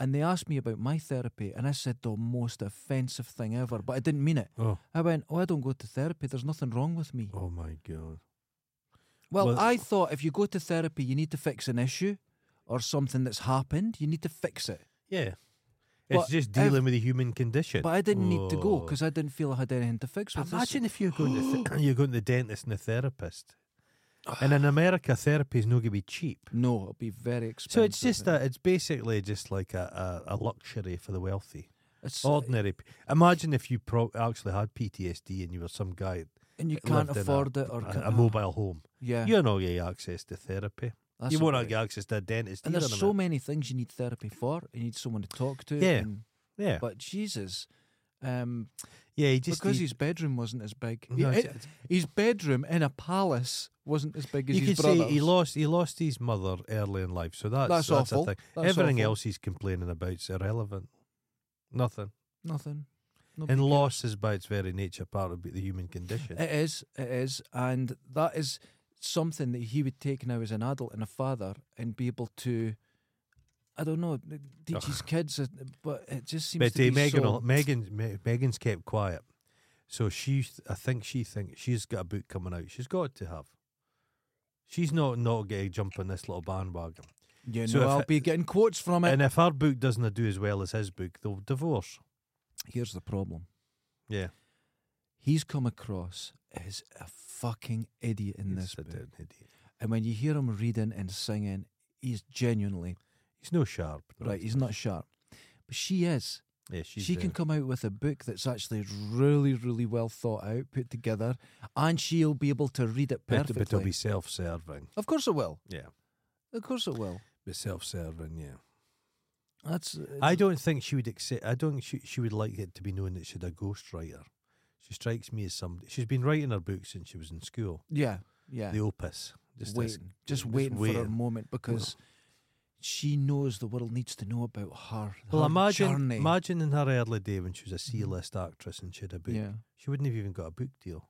Speaker 1: And they asked me about my therapy, and I said the most offensive thing ever, but I didn't mean it.
Speaker 2: Oh,
Speaker 1: I went, Oh, I don't go to therapy. There's nothing wrong with me.
Speaker 2: oh my God.
Speaker 1: Well,
Speaker 2: Well-
Speaker 1: I thought if you go to therapy, you need to fix an issue. or something that's happened, you need to fix it.
Speaker 2: Yeah. It's
Speaker 1: But
Speaker 2: just
Speaker 1: if-
Speaker 2: dealing with the human condition.
Speaker 1: But I didn't need to go
Speaker 2: Whoa.
Speaker 1: because I didn't feel I had anything to fix with
Speaker 2: Oh. Imagine if you're going to th- you're going to the dentist and the therapist. And in America, therapy is not going to be cheap.
Speaker 1: this. No, it'll be very expensive.
Speaker 2: So it's just a, it's basically just like a, a, a luxury for the wealthy.
Speaker 1: It's-
Speaker 2: Ordinary. p- Imagine if you pro- actually had PTSD and you were some guy
Speaker 1: and you
Speaker 2: that lived
Speaker 1: can't
Speaker 2: in a-
Speaker 1: afford it or
Speaker 2: a,
Speaker 1: can-
Speaker 2: a mobile home.
Speaker 1: Yeah,
Speaker 2: You're not going to get access to therapy.
Speaker 1: that's
Speaker 2: you
Speaker 1: the
Speaker 2: won't
Speaker 1: way.
Speaker 2: get access to a dentist.
Speaker 1: And
Speaker 2: either
Speaker 1: there's
Speaker 2: in
Speaker 1: so
Speaker 2: Amer-
Speaker 1: many things you need therapy for. You need someone to talk to.
Speaker 2: Yeah.
Speaker 1: and-
Speaker 2: Yeah,
Speaker 1: but Jesus, um,
Speaker 2: yeah. He just
Speaker 1: because
Speaker 2: he-
Speaker 1: his bedroom wasn't as big.
Speaker 2: No,
Speaker 1: He-
Speaker 2: it's-
Speaker 1: it- his bedroom in a palace wasn't as big as
Speaker 2: you
Speaker 1: his
Speaker 2: could say
Speaker 1: brother's.
Speaker 2: he lost he lost his mother early in life, so that's
Speaker 1: That's
Speaker 2: that's,
Speaker 1: awful.
Speaker 2: a thing.
Speaker 1: That's
Speaker 2: Everything
Speaker 1: awful.
Speaker 2: else he's complaining about's irrelevant. Nothing.
Speaker 1: Nothing. Nobody
Speaker 2: And
Speaker 1: cares.
Speaker 2: loss is by its very nature part of the human condition.
Speaker 1: It is, it is, and that is something that he would take now as an adult and a father and be able to, I don't know, teach his kids. it- But it just seems
Speaker 2: But
Speaker 1: to
Speaker 2: uh,
Speaker 1: be
Speaker 2: Megan,
Speaker 1: so.
Speaker 2: will- Megan, Me- Megan's kept quiet, so she, th- I think she thinks she's got a book coming out. She's got to have. She's not not going to jump on this little bandwagon.
Speaker 1: You know,
Speaker 2: so if
Speaker 1: I'll
Speaker 2: it-
Speaker 1: be getting quotes from it.
Speaker 2: And if her book doesn't do as well as his book, they'll divorce.
Speaker 1: Here's the problem:
Speaker 2: Yeah,
Speaker 1: he's come across as a fucking idiot in
Speaker 2: he's
Speaker 1: this
Speaker 2: a
Speaker 1: book.
Speaker 2: damn idiot.
Speaker 1: And when you hear him reading and singing, he's genuinely
Speaker 2: He's no sharp. no.
Speaker 1: right. He's not sharp, but she is.
Speaker 2: Yeah, she's
Speaker 1: she can
Speaker 2: uh,
Speaker 1: come out with a book that's actually really, really well thought out, put together, and she'll be able to read it
Speaker 2: But,
Speaker 1: perfectly.
Speaker 2: but it'll be self-serving.
Speaker 1: of course it will.
Speaker 2: Yeah,
Speaker 1: Of course it will.
Speaker 2: but self-serving. Yeah.
Speaker 1: That's uh,
Speaker 2: I don't think she would accept. I don't. think She, she would like it to be known that she's a ghostwriter. She strikes me as somebody. She's been writing her book since she was in school.
Speaker 1: yeah, yeah.
Speaker 2: The opus. Just
Speaker 1: waiting,
Speaker 2: this-
Speaker 1: just waiting for her
Speaker 2: waiting.
Speaker 1: moment because she knows the world needs to know about her.
Speaker 2: Well,
Speaker 1: her
Speaker 2: imagine,
Speaker 1: journey. Mm-hmm.
Speaker 2: imagine in her early day when she was a C-list actress and she had a book.
Speaker 1: Yeah,
Speaker 2: She wouldn't have even got a book deal.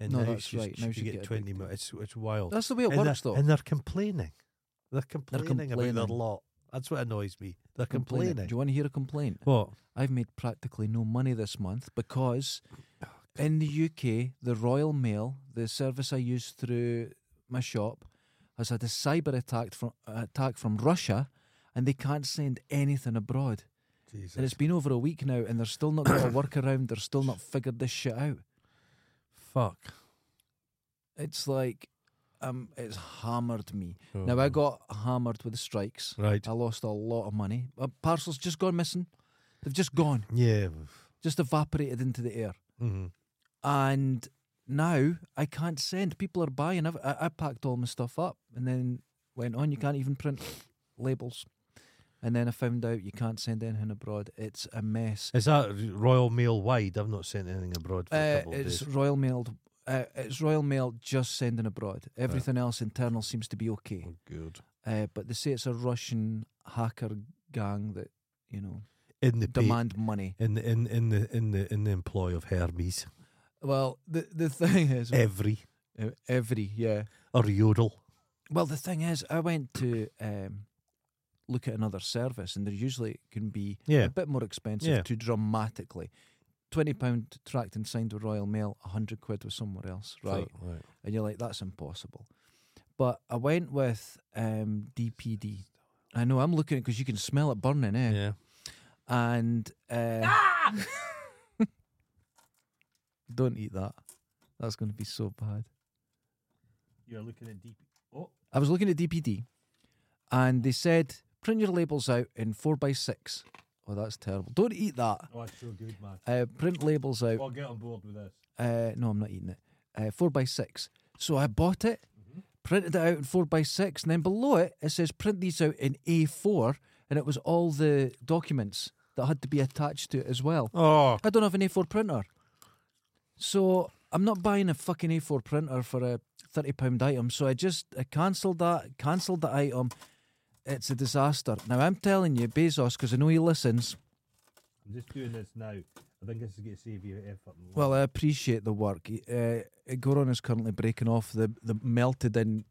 Speaker 2: And
Speaker 1: No,
Speaker 2: now
Speaker 1: that's
Speaker 2: she's,
Speaker 1: right,
Speaker 2: She
Speaker 1: now
Speaker 2: could
Speaker 1: she'd
Speaker 2: get,
Speaker 1: get a book
Speaker 2: twenty.
Speaker 1: deal.
Speaker 2: Mo- it's it's wild.
Speaker 1: that's the way it
Speaker 2: and
Speaker 1: works,
Speaker 2: they're,
Speaker 1: though.
Speaker 2: And they're complaining. They're complaining, about
Speaker 1: complaining.
Speaker 2: their lot. That's what annoys me. They're
Speaker 1: Complaining.
Speaker 2: complaining.
Speaker 1: Do you want to hear a complaint?
Speaker 2: What?
Speaker 1: I've made practically no money this month because in the UK, the Royal Mail, the service I use through my shop, has had a cyber attack from attack from Russia, and they can't send anything abroad.
Speaker 2: Jesus.
Speaker 1: And it's been over a week now, and they're still not got a workaround. They're still not figured this shit out.
Speaker 2: Fuck.
Speaker 1: It's like, um, it's hammered me. Now I got hammered with the strikes.
Speaker 2: Right.
Speaker 1: I lost a lot of money. Uh, parcels just gone missing. They've just gone,
Speaker 2: Yeah.
Speaker 1: just evaporated into the air.
Speaker 2: Mm-hmm.
Speaker 1: and now I can't send. People are buying. I've, I, I packed all my stuff up and then went on. You can't even print labels. And then I found out you can't send anything abroad. It's a mess.
Speaker 2: Is that r- Royal Mail wide? I've not sent anything abroad for a
Speaker 1: Uh,
Speaker 2: couple of
Speaker 1: it's
Speaker 2: days.
Speaker 1: Royal Mail. Uh, it's Royal Mail just sending abroad. Everything else internal seems to be okay.
Speaker 2: Oh, Good.
Speaker 1: Uh, but they say it's a Russian hacker gang that you know
Speaker 2: In the pay,
Speaker 1: demand money.
Speaker 2: in the in in the in the in the employ of Hermes.
Speaker 1: Well, the the thing is
Speaker 2: Every
Speaker 1: uh, every yeah.
Speaker 2: or Yodel.
Speaker 1: Well, the thing is, I went to um, look at another service, and they're usually can be
Speaker 2: Yeah.
Speaker 1: a bit more expensive
Speaker 2: Yeah.
Speaker 1: to dramatically. Twenty pound tracked and signed with Royal Mail, hundred quid with somewhere else, right?
Speaker 2: So- right.
Speaker 1: And you're like, that's impossible. But I went with um, DPD. I know I'm looking at because you can smell it burning, eh?
Speaker 2: Yeah.
Speaker 1: And uh,
Speaker 2: Ah!
Speaker 1: don't eat that. That's going to be so bad.
Speaker 2: You're looking at oh. deep.
Speaker 1: I was looking at DPD, and they said print your labels out in four by six. Oh, that's terrible! Don't eat that.
Speaker 2: Oh, it's so good, man.
Speaker 1: Uh, print labels out.
Speaker 2: I'll get on board with this.
Speaker 1: Uh, no, I'm not eating it. Uh, four by six. So I bought it, printed it out in four by six, and then below it it says print these out in A4, and it was all the documents that had to be attached to it as well.
Speaker 2: Oh,
Speaker 1: I don't have an A4 printer, so I'm not buying a fucking A4 printer for a thirty pound item. So I just I cancelled that, cancelled the item. It's a disaster. Now I'm telling you, Bezos, because I know he listens.
Speaker 2: I'm just doing this now. I think this is going to save you effort. And
Speaker 1: Well, I appreciate the work. He- Uh, Goron is currently breaking off the, the melted in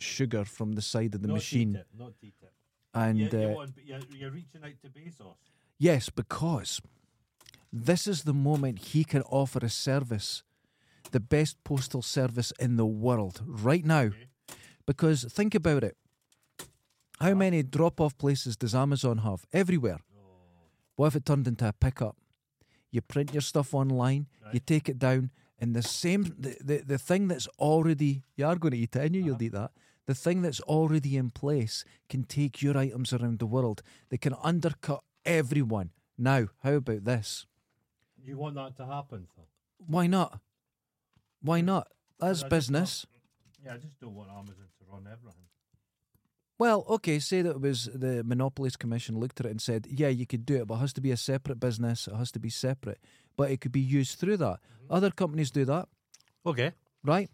Speaker 1: sugar from the side of the machine,
Speaker 2: Not eat it.
Speaker 1: and uh,
Speaker 2: but you're, you're reaching out to Bezos.
Speaker 1: yes, because this is the moment he can offer a service, the best postal service in the world right now. Because think about it. How many drop off places does Amazon have? Everywhere. What if it turned into a pickup? You print your stuff online, you take it down, and the same the, the, the thing that's already you are going to eat it, I knew
Speaker 5: Uh-huh.
Speaker 1: you'd eat that. The thing that's already in place can take your items around the world. They can undercut everyone. Now, how about this?
Speaker 5: You want that to happen, Phil?
Speaker 1: Why not? Why not? That's
Speaker 5: I just
Speaker 1: business.
Speaker 5: Yeah, I just don't want Amazon to run everything.
Speaker 1: Well, okay, say that it was the Monopolies Commission looked at it and said, yeah, you could do it, but it has to be a separate business, it has to be separate, but it could be used through that.
Speaker 5: Mm-hmm.
Speaker 1: Other companies do that,
Speaker 2: Okay.
Speaker 1: right?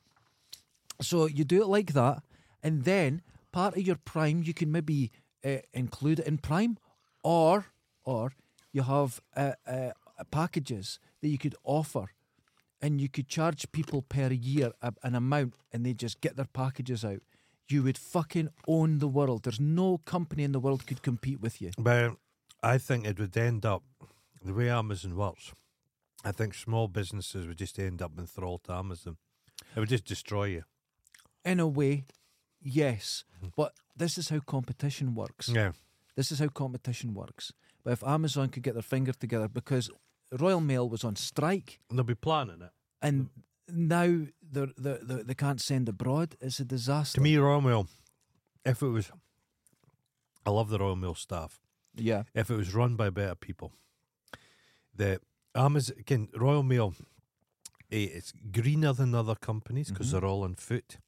Speaker 1: So you do it like that, and then part of your Prime, you can maybe uh, include it in Prime, or or you have uh, uh, packages that you could offer, and you could charge people per year a, an amount, and they just get their packages out. You would fucking own the world. There's no company in the world could compete with you.
Speaker 2: But I think it would end up the way Amazon works. I think small businesses would just end up enthralled to Amazon. It would just destroy you.
Speaker 1: In a way, yes, but this is how competition works.
Speaker 2: Yeah.
Speaker 1: This is how competition works. But if Amazon could get their finger together, because Royal Mail was on strike,
Speaker 2: And they'll be planning it.
Speaker 1: and now they're, they're, they're, they they can not send abroad, it's a disaster.
Speaker 2: To me, Royal Mail, if it was, I love the Royal Mail staff.
Speaker 1: yeah,
Speaker 2: If it was run by better people, the Amazon, again, Royal Mail, eh, it's greener than other companies because
Speaker 1: Mm-hmm.
Speaker 2: they're all on foot.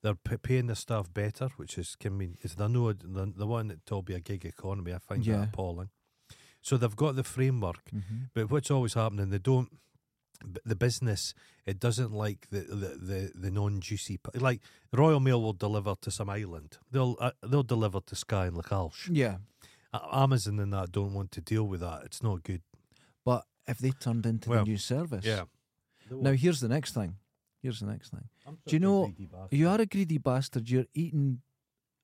Speaker 2: They're p- paying their staff better, which is can mean is the no the, the one that told me a gig economy. I find
Speaker 1: Yeah. Mm-hmm.
Speaker 2: that appalling. So they've got the framework, but what's always happening? They don't. b- The business it doesn't like the the the, the non juicy like Royal Mail will deliver to some island. They'll uh, they'll deliver to Sky and Lacalsh.
Speaker 1: yeah.
Speaker 2: A- Amazon and that don't want to deal with that. It's not good.
Speaker 1: But if they turned into
Speaker 2: Well,
Speaker 1: the new service, Now here's the next thing. Here's the next thing. Do you know you are a greedy bastard? You're eating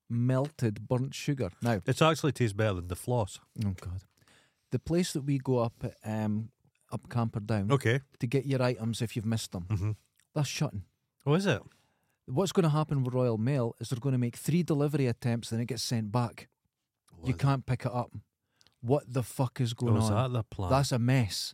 Speaker 1: melted burnt sugar. Now,
Speaker 2: It actually tastes better than the floss.
Speaker 1: oh god, the place that we go up um up Camperdown
Speaker 2: Okay.
Speaker 1: to get your items if you've missed them,
Speaker 2: Mhm.
Speaker 1: that's shutting.
Speaker 2: Oh, is it?
Speaker 1: What's going to happen with Royal Mail is they're going to make three delivery attempts, then it gets sent back. you can't pick it up. What the fuck is going
Speaker 2: Oh, is
Speaker 1: on?
Speaker 2: that the plan?
Speaker 1: That's a mess.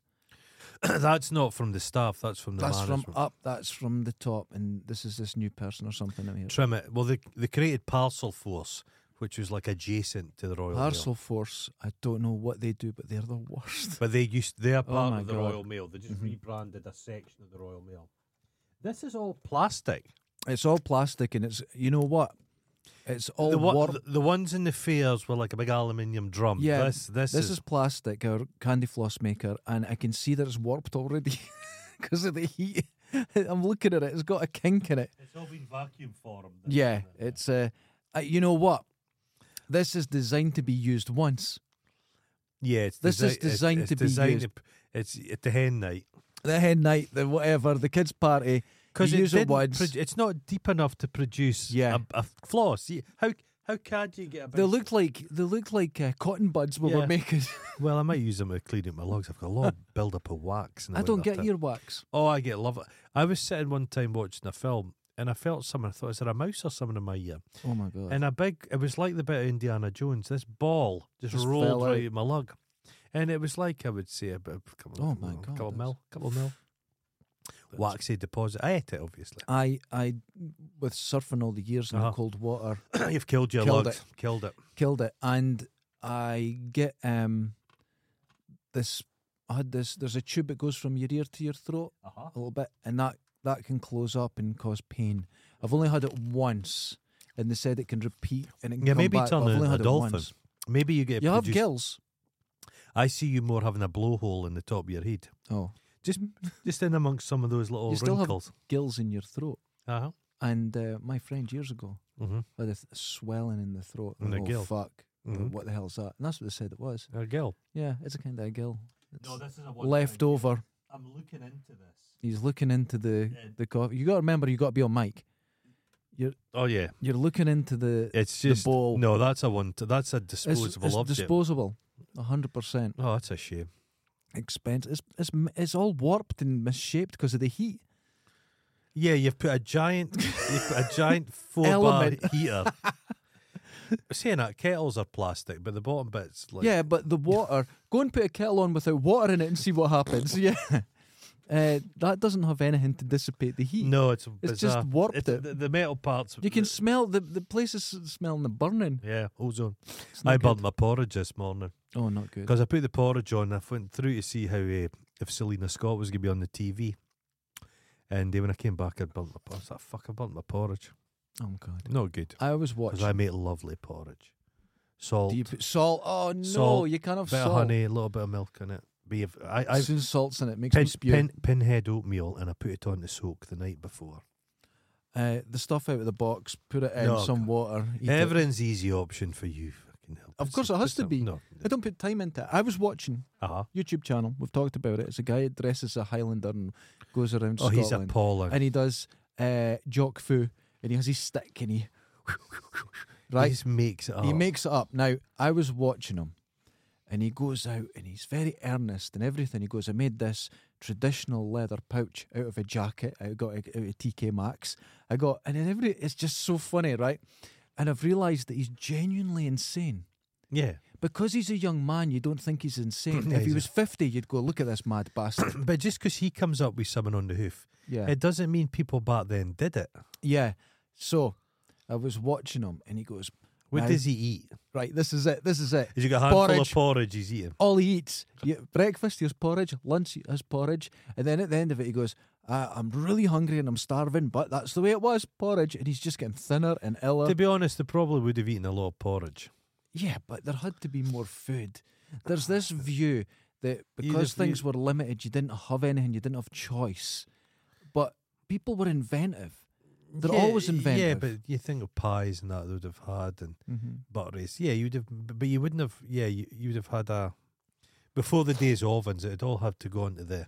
Speaker 2: That's not from the staff. That's from the
Speaker 1: that's
Speaker 2: management.
Speaker 1: from up. That's from the top, and this is this new person or something. I'm here.
Speaker 2: Trim it. Well, they they created Parcel Force, which was like adjacent to the Royal Mail.
Speaker 1: Parcel Force. I don't know what they do, but they're the worst.
Speaker 2: But they used they're part
Speaker 1: Oh my
Speaker 2: of the
Speaker 1: God.
Speaker 2: Royal Mail. They just rebranded a section of the Royal Mail. Mm-hmm. This is all plastic.
Speaker 1: It's all plastic, and it's you know what? It's all
Speaker 2: the, one-
Speaker 1: warp-
Speaker 2: the, the ones in the fairs were like a big aluminium drum.
Speaker 1: Yeah,
Speaker 2: this this,
Speaker 1: this is plastic or candy floss maker, and I can see that it's warped already because of the heat. I'm looking at it; it's got a kink in it.
Speaker 5: It's all been vacuum formed.
Speaker 1: Yeah, it's uh, uh, you know what? This is designed to be used once.
Speaker 2: yeah. It's
Speaker 1: this is
Speaker 2: desi- it's-
Speaker 1: designed
Speaker 2: it's
Speaker 1: to be
Speaker 2: designed
Speaker 1: used.
Speaker 2: p- It's at the hen night.
Speaker 1: The hen night, the whatever, the kids' party.
Speaker 2: because
Speaker 1: you use it once.
Speaker 2: it's not deep enough to produce
Speaker 1: Yeah.
Speaker 2: a, a floss. You- How how can you get a
Speaker 1: they
Speaker 2: big
Speaker 1: looked like they looked like uh, cotton buds we
Speaker 2: Yeah.
Speaker 1: were making.
Speaker 2: Well, I might use them to clean up my logs. I've got a lot of build up of wax. In the
Speaker 1: I don't
Speaker 2: winter
Speaker 1: get
Speaker 2: time.
Speaker 1: earwax.
Speaker 2: Oh, I get love. I was sitting one time watching a film, and I felt something. I thought, is there a mouse or something in my ear?
Speaker 1: Oh my god!
Speaker 2: And a big, it was like the bit of Indiana Jones. This ball just,
Speaker 1: Just
Speaker 2: rolled
Speaker 1: fell out.
Speaker 2: right at my lug, and it was like I would say a bit, of- couple,
Speaker 1: Oh
Speaker 2: of-
Speaker 1: my God,
Speaker 2: couple
Speaker 1: that's-
Speaker 2: mil, couple mil, waxy deposit. I ate it obviously.
Speaker 1: I I with surfing all the years in the
Speaker 2: Uh-huh.
Speaker 1: cold water
Speaker 2: You've killed your
Speaker 1: Killed
Speaker 2: lugs. Killed it.
Speaker 1: killed it, and I get um this. I had this. There's a tube that goes from your ear to your throat
Speaker 5: Uh-huh.
Speaker 1: a little bit, and that that can close up and cause pain. I've only had it once, and they said it can repeat and it can
Speaker 2: Yeah,
Speaker 1: come
Speaker 2: maybe
Speaker 1: back, but
Speaker 2: turn
Speaker 1: I've
Speaker 2: it
Speaker 1: only
Speaker 2: into a
Speaker 1: had
Speaker 2: dolphin.
Speaker 1: It once.
Speaker 2: Maybe you get
Speaker 1: You have
Speaker 2: produced-
Speaker 1: gills.
Speaker 2: I see you more having a blowhole in the top of your head,
Speaker 1: Oh,
Speaker 2: just just in amongst some of those little
Speaker 1: you still
Speaker 2: wrinkles.
Speaker 1: have gills in your throat.
Speaker 2: Uh-huh.
Speaker 1: And uh, my friend years ago
Speaker 2: Mhm.
Speaker 1: had a th- swelling in the throat.
Speaker 2: In the
Speaker 1: oh,
Speaker 2: gill.
Speaker 1: fuck.
Speaker 2: Mhm.
Speaker 1: What the hell's that? And that's what they said it was.
Speaker 2: A gill.
Speaker 1: Yeah, it's a kind of a gill. It's
Speaker 5: No, this is a one
Speaker 1: left
Speaker 5: thing.
Speaker 1: over.
Speaker 5: I'm looking into this.
Speaker 1: He's looking into the
Speaker 5: Yeah.
Speaker 1: the coffee. You got to remember, you got to be on mic.
Speaker 2: Oh yeah,
Speaker 1: You're looking into the.
Speaker 2: it's just
Speaker 1: ball.
Speaker 2: no. That's a one. That's a disposable
Speaker 1: it's, it's
Speaker 2: object.
Speaker 1: disposable. hundred percent
Speaker 2: oh, that's a shame.
Speaker 1: expense. It's it's m- it's all warped and misshaped because of the heat.
Speaker 2: Yeah, you've put a giant, you've put a giant four bar
Speaker 1: Element.
Speaker 2: heater Saying that kettles are plastic, but the bottom bit's like
Speaker 1: yeah, but the water. go and put a kettle on without water in it and see what happens. Yeah, uh, that doesn't have anything to dissipate the heat.
Speaker 2: No, it's
Speaker 1: It's just
Speaker 2: bizarre.
Speaker 1: warped
Speaker 2: It's-
Speaker 1: it.
Speaker 2: The, the metal parts.
Speaker 1: You can smell the the place is smelling the burning.
Speaker 2: Yeah, ozone.
Speaker 1: It's not
Speaker 2: I
Speaker 1: good.
Speaker 2: burnt my porridge this morning
Speaker 1: Oh, not good.
Speaker 2: because I put the porridge on. I went through to see how uh, if Selena Scott was going to be on the TV. And uh, when I came back, I burnt my porridge. That fuck, I burnt my porridge.
Speaker 1: Oh my god.
Speaker 2: Not good.
Speaker 1: I was
Speaker 2: Because
Speaker 1: watching.
Speaker 2: I make lovely porridge. Salt,
Speaker 1: Do you put salt? Oh no,
Speaker 2: Salt,
Speaker 1: you can't have
Speaker 2: bit of
Speaker 1: salt.
Speaker 2: honey, a little bit of milk in it. Be if I,
Speaker 1: As
Speaker 2: I've
Speaker 1: soon as salt's in it, it makes me
Speaker 2: pin,
Speaker 1: spew.
Speaker 2: pin, pinhead oatmeal and I put it on the soak the night before.
Speaker 1: Uh, the stuff out of the box, put it in
Speaker 2: No,
Speaker 1: some
Speaker 2: God.
Speaker 1: water. eat it.
Speaker 2: Everything's easy option for you. Fucking hell.
Speaker 1: Of
Speaker 2: It's-
Speaker 1: course it has
Speaker 2: it's
Speaker 1: to
Speaker 2: not-
Speaker 1: be.
Speaker 2: No.
Speaker 1: I don't put time into it. I was watching
Speaker 2: Uh-huh.
Speaker 1: YouTube channel. We've talked about it. It's a guy that dresses a Highlander and goes around
Speaker 2: Oh, he's
Speaker 1: Scotland,
Speaker 2: appalling.
Speaker 1: and he does uh, jock foo, and he has his stick, and he right.
Speaker 2: He just makes it up.
Speaker 1: He makes it up. Now, I was watching him and he goes out and he's very earnest and everything. He goes, I made this traditional leather pouch out of a jacket I got it out of TK Maxx. I got, and then every, it's just so funny, right? And I've realised that he's genuinely insane.
Speaker 2: yeah.
Speaker 1: Because he's a young man, you don't think he's insane.
Speaker 2: Yeah,
Speaker 1: if he
Speaker 2: he's
Speaker 1: was 50, you'd go, look at this mad bastard.
Speaker 2: But just because he comes up with someone on the hoof,
Speaker 1: Yeah.
Speaker 2: it doesn't mean people back then did it.
Speaker 1: yeah. So I was watching him and he goes,
Speaker 2: What
Speaker 1: "Now-
Speaker 2: does he eat?
Speaker 1: Right, this is it. This is it.
Speaker 2: Has he got a handful
Speaker 1: Porridge,
Speaker 2: of porridge he's eating?
Speaker 1: all he eats. Yeah, breakfast, here's porridge. Lunch, here's porridge. And then at the end of it, he goes, "I- I'm really hungry and I'm starving, but that's the way it was porridge. And he's just getting thinner and iller.
Speaker 2: To be honest, they probably would have eaten a lot of porridge.
Speaker 1: yeah, but there had to be more food. There's this view that because
Speaker 2: just- you-
Speaker 1: things were limited, you didn't have anything, you didn't have choice. But people were inventive. They're always
Speaker 2: Yeah,
Speaker 1: inventive.
Speaker 2: but you think of pies and that they would have had and
Speaker 1: Mm-hmm.
Speaker 2: butter race. Yeah, you'd have, b- but you wouldn't have. Yeah, you, you'd have had a before the days of ovens. It'd all have to go onto the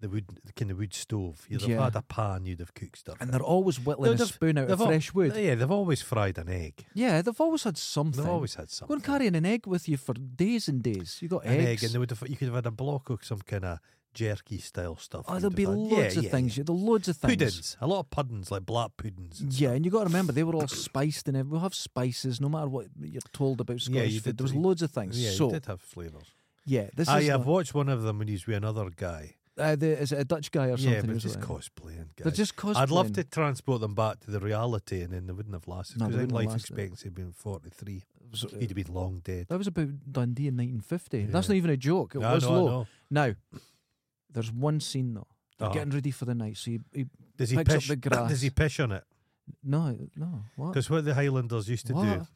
Speaker 2: the wood kind of wood stove. You'd have
Speaker 1: Yeah.
Speaker 2: had a pan. You'd have cooked stuff.
Speaker 1: And
Speaker 2: in.
Speaker 1: they're always whittling
Speaker 2: No,
Speaker 1: a
Speaker 2: they've-
Speaker 1: spoon out of
Speaker 2: they've al-
Speaker 1: fresh wood.
Speaker 2: Yeah, they've always fried an egg.
Speaker 1: yeah, they've always had something.
Speaker 2: They've always had
Speaker 1: Go
Speaker 2: something.
Speaker 1: and carrying an egg with you for days and days. You got
Speaker 2: an
Speaker 1: eggs.
Speaker 2: egg, and they would have. You could have had a block of some kind of jerky style stuff.
Speaker 1: Oh,
Speaker 2: you'd
Speaker 1: there'll
Speaker 2: have
Speaker 1: be
Speaker 2: had.
Speaker 1: loads
Speaker 2: Yeah,
Speaker 1: of
Speaker 2: yeah,
Speaker 1: things. Mm,
Speaker 2: yeah.
Speaker 1: There'll loads of things.
Speaker 2: Puddings, a lot of puddings like black puddings. and
Speaker 1: Yeah, and you got to remember they were all spiced and everything. we'll have spices no matter what you're told about
Speaker 2: Yeah,
Speaker 1: Scottish
Speaker 2: you
Speaker 1: food.
Speaker 2: did-
Speaker 1: There was
Speaker 2: you-
Speaker 1: loads of things.
Speaker 2: Yeah,
Speaker 1: so
Speaker 2: you did have flavours.
Speaker 1: yeah, this
Speaker 2: I
Speaker 1: is
Speaker 2: have
Speaker 1: the,
Speaker 2: watched one of them when he's with another guy.
Speaker 1: uh, the, is it a Dutch guy or something?
Speaker 2: Yeah, but
Speaker 1: who's
Speaker 2: just
Speaker 1: like-
Speaker 2: cosplaying. Guys.
Speaker 1: They're just cosplaying.
Speaker 2: I'd love to transport them back to the reality, and then they wouldn't have lasted.
Speaker 1: No,
Speaker 2: Because
Speaker 1: they
Speaker 2: think
Speaker 1: wouldn't have
Speaker 2: life
Speaker 1: lasted.
Speaker 2: expectancy had been forty-three,
Speaker 1: So, uh,
Speaker 2: he'd have been long dead.
Speaker 1: that was about Dundee in 1950. That's
Speaker 2: Yeah.
Speaker 1: not even a joke. It
Speaker 2: I
Speaker 1: was
Speaker 2: know, I
Speaker 1: low.
Speaker 2: know.
Speaker 1: Now, there's one scene though. They're
Speaker 2: Uh-huh.
Speaker 1: getting ready for the night. So he, he
Speaker 2: Does he
Speaker 1: picks up
Speaker 2: pish?
Speaker 1: the grass.
Speaker 2: Does he pish on it?
Speaker 1: no, no, what?
Speaker 2: Because what the Highlanders used to
Speaker 1: What?
Speaker 2: do,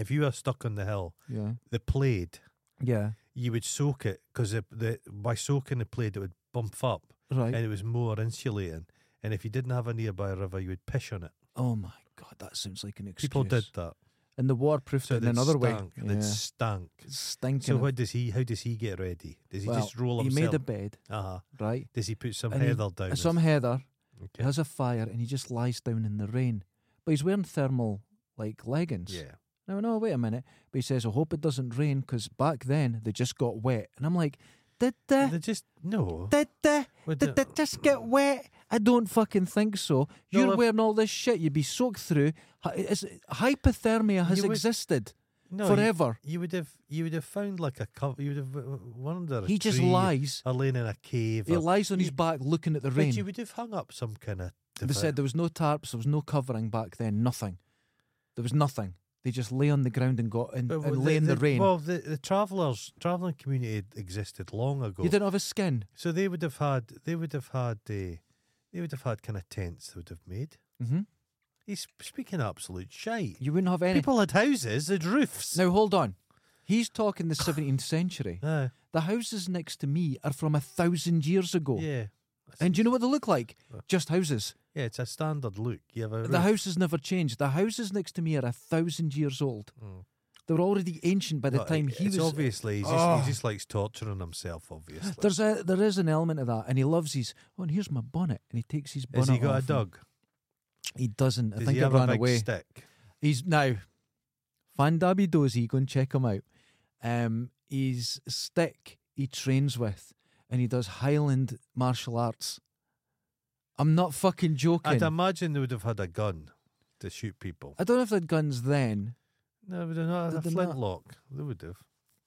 Speaker 2: if you were stuck on the hill,
Speaker 1: Yeah,
Speaker 2: the plaid,
Speaker 1: yeah,
Speaker 2: you would soak it because the, the by soaking the plaid, it would bump up,
Speaker 1: right.
Speaker 2: and it was more insulating. And if you didn't have a nearby river, you would pish on it.
Speaker 1: oh my god, that sounds like an excuse.
Speaker 2: People did that.
Speaker 1: and the waterproofed
Speaker 2: So
Speaker 1: it in
Speaker 2: they'd
Speaker 1: another way.
Speaker 2: stank,
Speaker 1: Yeah.
Speaker 2: They'd stank.
Speaker 1: Stinking.
Speaker 2: So
Speaker 1: of-
Speaker 2: how does he? How does he get ready? Does he
Speaker 1: well,
Speaker 2: just roll
Speaker 1: he
Speaker 2: himself?
Speaker 1: made a bed,
Speaker 2: uh-huh.
Speaker 1: right?
Speaker 2: Does he put some
Speaker 1: And he-
Speaker 2: heather down?
Speaker 1: Uh, Some
Speaker 2: his-
Speaker 1: heather
Speaker 2: Okay.
Speaker 1: has a fire and he just lies down in the rain. But he's wearing thermal like leggings.
Speaker 2: Yeah.
Speaker 1: No, no, wait a minute. But he says, I hope it doesn't rain because back then they just got wet. And I'm like, did they?
Speaker 2: They just no.
Speaker 1: Did they?
Speaker 2: Well,
Speaker 1: Did
Speaker 2: the-
Speaker 1: they just get wet? I don't fucking think so.
Speaker 2: No,
Speaker 1: You're
Speaker 2: I've-
Speaker 1: wearing all this shit. You'd be soaked through. Hy- it's- Hypothermia has
Speaker 2: You would-
Speaker 1: existed
Speaker 2: No, you-
Speaker 1: forever.
Speaker 2: You, would have. You would have found like a cover. You would have w- w- wandered.
Speaker 1: He just
Speaker 2: tree,
Speaker 1: lies.
Speaker 2: Or laying in a cave.
Speaker 1: He
Speaker 2: or-
Speaker 1: lies on his
Speaker 2: you-
Speaker 1: back looking at the rain.
Speaker 2: But you would have hung up some kind of.
Speaker 1: They said there was no tarps, there was no covering back then, nothing. There was nothing. They just lay on the ground and got in, and lay in the, rain.
Speaker 2: Uh, Well, the, the travellers, travelling community existed long ago.
Speaker 1: you didn't have a skin.
Speaker 2: So they would have had. They would have had. Uh, they would have had kind of tents. They would have made.
Speaker 1: hmm
Speaker 2: He's speaking absolute shite.
Speaker 1: You wouldn't have any.
Speaker 2: People had houses, they had roofs.
Speaker 1: now hold on. He's talking the 17th century.
Speaker 2: Aye,
Speaker 1: The houses next to me are from a thousand years ago.
Speaker 2: yeah,
Speaker 1: And do you know what they look like? Just houses.
Speaker 2: yeah, it's a standard look. You have Uh, a
Speaker 1: The
Speaker 2: roof.
Speaker 1: house has never changed. The houses next to me are a thousand years old. They were already ancient by the
Speaker 2: Mm. Well,
Speaker 1: time he
Speaker 2: it's
Speaker 1: was. uh, oh.
Speaker 2: obviously he's just, he just likes torturing himself. Obviously,
Speaker 1: There's a there is an element of that, and he loves his. Oh, and here's my bonnet, and he takes his bonnet.
Speaker 2: has he got
Speaker 1: off
Speaker 2: a
Speaker 1: and-
Speaker 2: dog?
Speaker 1: He doesn't. I
Speaker 2: Does
Speaker 1: think
Speaker 2: he
Speaker 1: it
Speaker 2: have
Speaker 1: ran
Speaker 2: a big
Speaker 1: away.
Speaker 2: stick?
Speaker 1: He's now Van Dabby Dozy. Go and check him out. Um, he's stick. He trains with, and he does Highland martial arts. I'm not fucking joking.
Speaker 2: I'd imagine they would have had a gun to shoot people.
Speaker 1: I don't know if they had guns then,
Speaker 2: No, we don't have
Speaker 1: Did
Speaker 2: a
Speaker 1: Uh, they not?
Speaker 2: flintlock. They would have.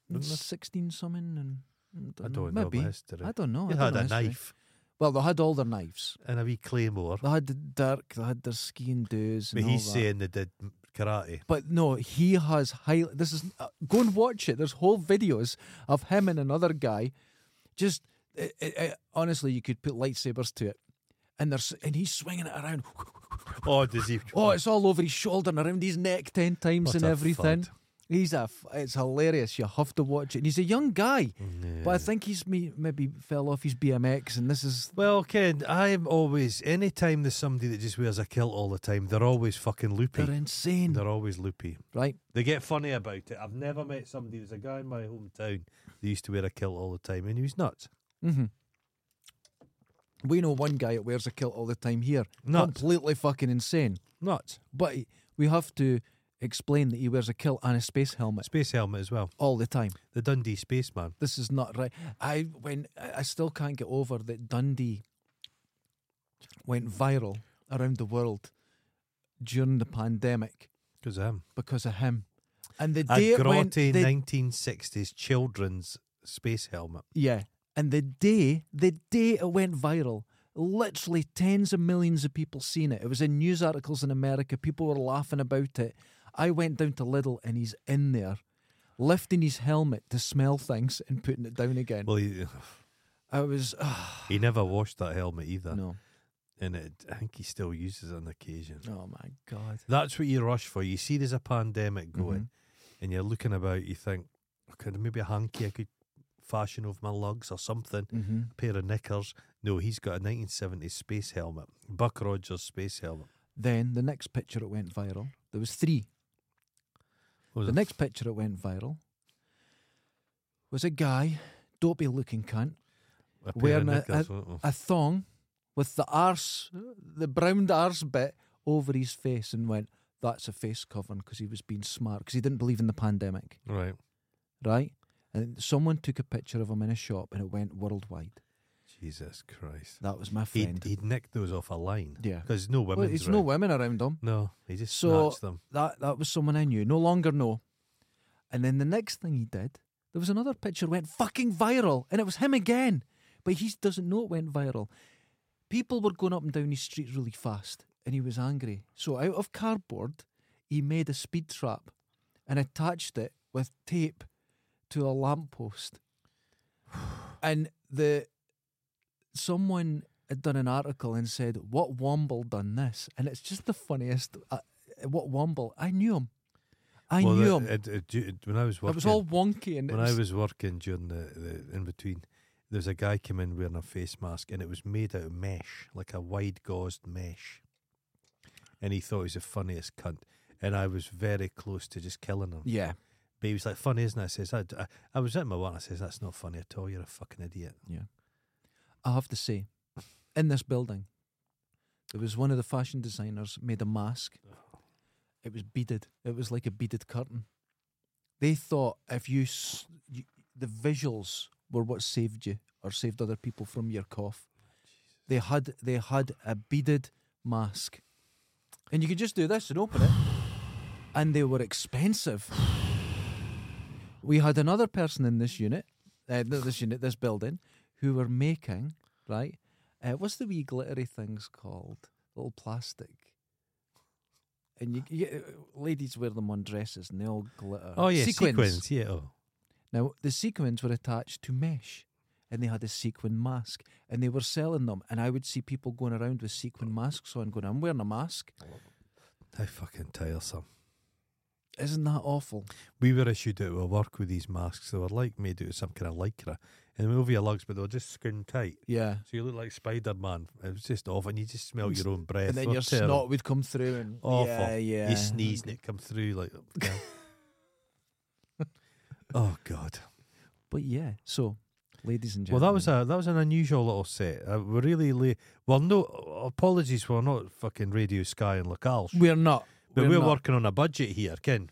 Speaker 2: Wouldn't they?
Speaker 1: Sixteen something, and
Speaker 2: I
Speaker 1: dunno,
Speaker 2: don't know
Speaker 1: maybe.
Speaker 2: the history.
Speaker 1: I don't know.
Speaker 2: They
Speaker 1: I don't
Speaker 2: had
Speaker 1: know
Speaker 2: a
Speaker 1: history.
Speaker 2: knife
Speaker 1: Well, they had all their knives.
Speaker 2: and a wee claymore,
Speaker 1: They had the dirk. They had their skiing doos.
Speaker 2: but
Speaker 1: and all
Speaker 2: he's
Speaker 1: that.
Speaker 2: saying they did m- karate.
Speaker 1: But no, he has high. This is uh, go and watch it. There's whole videos of him and another guy. Just it, it, it- honestly, you could put lightsabers to it, and there's and he's swinging it around.
Speaker 2: Oh, does he?
Speaker 1: Oh, it's all over his shoulder and around his neck ten times
Speaker 2: What
Speaker 1: and
Speaker 2: a
Speaker 1: everything.
Speaker 2: fud.
Speaker 1: He's a. f- It's hilarious. You have to watch it. And he's a young guy, but I
Speaker 2: Yeah.
Speaker 1: think he's me, maybe fell off his BMX, and this is
Speaker 2: Well, Ken, I'm always anytime there's somebody that just wears a kilt all the time, they're always fucking loopy.
Speaker 1: they're insane,
Speaker 2: They're always loopy.
Speaker 1: right?
Speaker 2: They get funny about it. I've never met somebody. There's a guy in my hometown that used to wear a kilt all the time, and he was nuts.
Speaker 1: hmm We know one guy that wears a kilt all the time here.
Speaker 2: Nuts.
Speaker 1: Completely fucking insane.
Speaker 2: Nuts.
Speaker 1: But he- we have to explain that he wears a kilt and a space helmet
Speaker 2: Space helmet as well.
Speaker 1: all the time.
Speaker 2: The Dundee spaceman.
Speaker 1: This is not right. I when I I still can't get over that Dundee went viral around the world during the pandemic
Speaker 2: Because of him.
Speaker 1: because of him. And the
Speaker 2: A
Speaker 1: day it went,
Speaker 2: grotty
Speaker 1: the-
Speaker 2: 1960s children's space helmet.
Speaker 1: yeah, and the day the day it went viral, literally tens of millions of people seen it. It was in news articles in America. People were laughing about it. I went down to Lidl and he's in there, lifting his helmet to smell things and putting it down again.
Speaker 2: Well, he,
Speaker 1: I was ah
Speaker 2: he never washed that helmet either.
Speaker 1: no,
Speaker 2: And it, I think he still uses it on occasion.
Speaker 1: oh my god.
Speaker 2: That's what you rush for. You see there's a pandemic going
Speaker 1: Mm-hmm.
Speaker 2: and you're looking about, you think, okay, maybe a hanky I could fashion over my lugs or something,
Speaker 1: Mm-hmm.
Speaker 2: a pair of knickers. No, he's got a 1970s space helmet, Buck Rogers space helmet.
Speaker 1: Then the next picture it went viral. There was three.
Speaker 2: What was
Speaker 1: The
Speaker 2: it?
Speaker 1: next picture it went viral was a guy, dopey looking cunt,
Speaker 2: A pair
Speaker 1: wearing
Speaker 2: of
Speaker 1: a-
Speaker 2: knickers, wasn't it?
Speaker 1: a thong with the arse, the browned arse bit over his face and went, that's a face covering because he was being smart because he didn't believe in the pandemic,
Speaker 2: Right.
Speaker 1: right? And someone took a picture of him in a shop and it went worldwide.
Speaker 2: Jesus Christ.
Speaker 1: That was my friend.
Speaker 2: He'd, he'd nicked those off a line.
Speaker 1: Yeah.
Speaker 2: Because no
Speaker 1: Well,
Speaker 2: women.
Speaker 1: it's no women around him.
Speaker 2: No, he just
Speaker 1: So-
Speaker 2: snatched them.
Speaker 1: That that was someone I knew. No longer know. And then the next thing he did, there was another picture went fucking viral, and it was him again. But he doesn't know it went viral. People were going up and down his street really fast, and he was angry. So out of cardboard, he made a speed trap and attached it with tape to a lamppost. and the someone had done an article and said, "What Womble done this?" And it's just the funniest. Uh, what Womble? I knew him. I
Speaker 2: well,
Speaker 1: knew
Speaker 2: the-
Speaker 1: him. It,
Speaker 2: it- it- ju- it- when I was working,
Speaker 1: was all wonky, and it
Speaker 2: when I
Speaker 1: was-
Speaker 2: was working during the, the in between, there was a guy came in wearing a face mask, and it was made out of mesh, like a wide gauzed mesh. And he thought he was the funniest cunt, and I was very close to just killing him.
Speaker 1: yeah,
Speaker 2: But he was like, "Funny, isn't it?" I says, "I, I, I was at my one." I says, "That's not funny at all. You're a fucking idiot."
Speaker 1: I have to say, in this building, there was one of the fashion designers made a mask. It was beaded. It was like a beaded curtain. They thought if you, s- you the visuals were what saved you or saved other people from your cough. They had they had a beaded mask, and you could just do this and open it, and they were expensive. We had another person in this unit, uh, not this unit, this building, who were making right. Uh, what's the wee glittery things called? Little plastic. And you, you, ladies wear them on dresses, and they all glitter.
Speaker 2: Oh yeah,
Speaker 1: sequins.
Speaker 2: sequins. Yeah. Oh.
Speaker 1: Now, the sequins were attached to mesh and they had a sequin mask and they were selling them. And I would see people going around with sequin masks on, going, I'm wearing a mask.
Speaker 2: How fucking tiresome.
Speaker 1: Isn't that awful?
Speaker 2: We were issued out of work with these masks. They were like made out of some kind of lycra, and they were over your lugs, but they were just skin tight.
Speaker 1: Yeah.
Speaker 2: So you look like Spider Man. It was just awful, and you just smell your own breath.
Speaker 1: And
Speaker 2: It
Speaker 1: then
Speaker 2: was
Speaker 1: your
Speaker 2: terrible.
Speaker 1: snot would come through and
Speaker 2: Awful.
Speaker 1: yeah, yeah.
Speaker 2: You sneeze and it come through like. yeah. oh God.
Speaker 1: But yeah, so ladies and
Speaker 2: Well,
Speaker 1: gentlemen.
Speaker 2: that was a that was an unusual little set. Uh, we're really late. Well, no apologies. for not fucking Radio Sky and Locale,
Speaker 1: We're not.
Speaker 2: but
Speaker 1: we're
Speaker 2: we're,
Speaker 1: not.
Speaker 2: working on a budget here, Ken.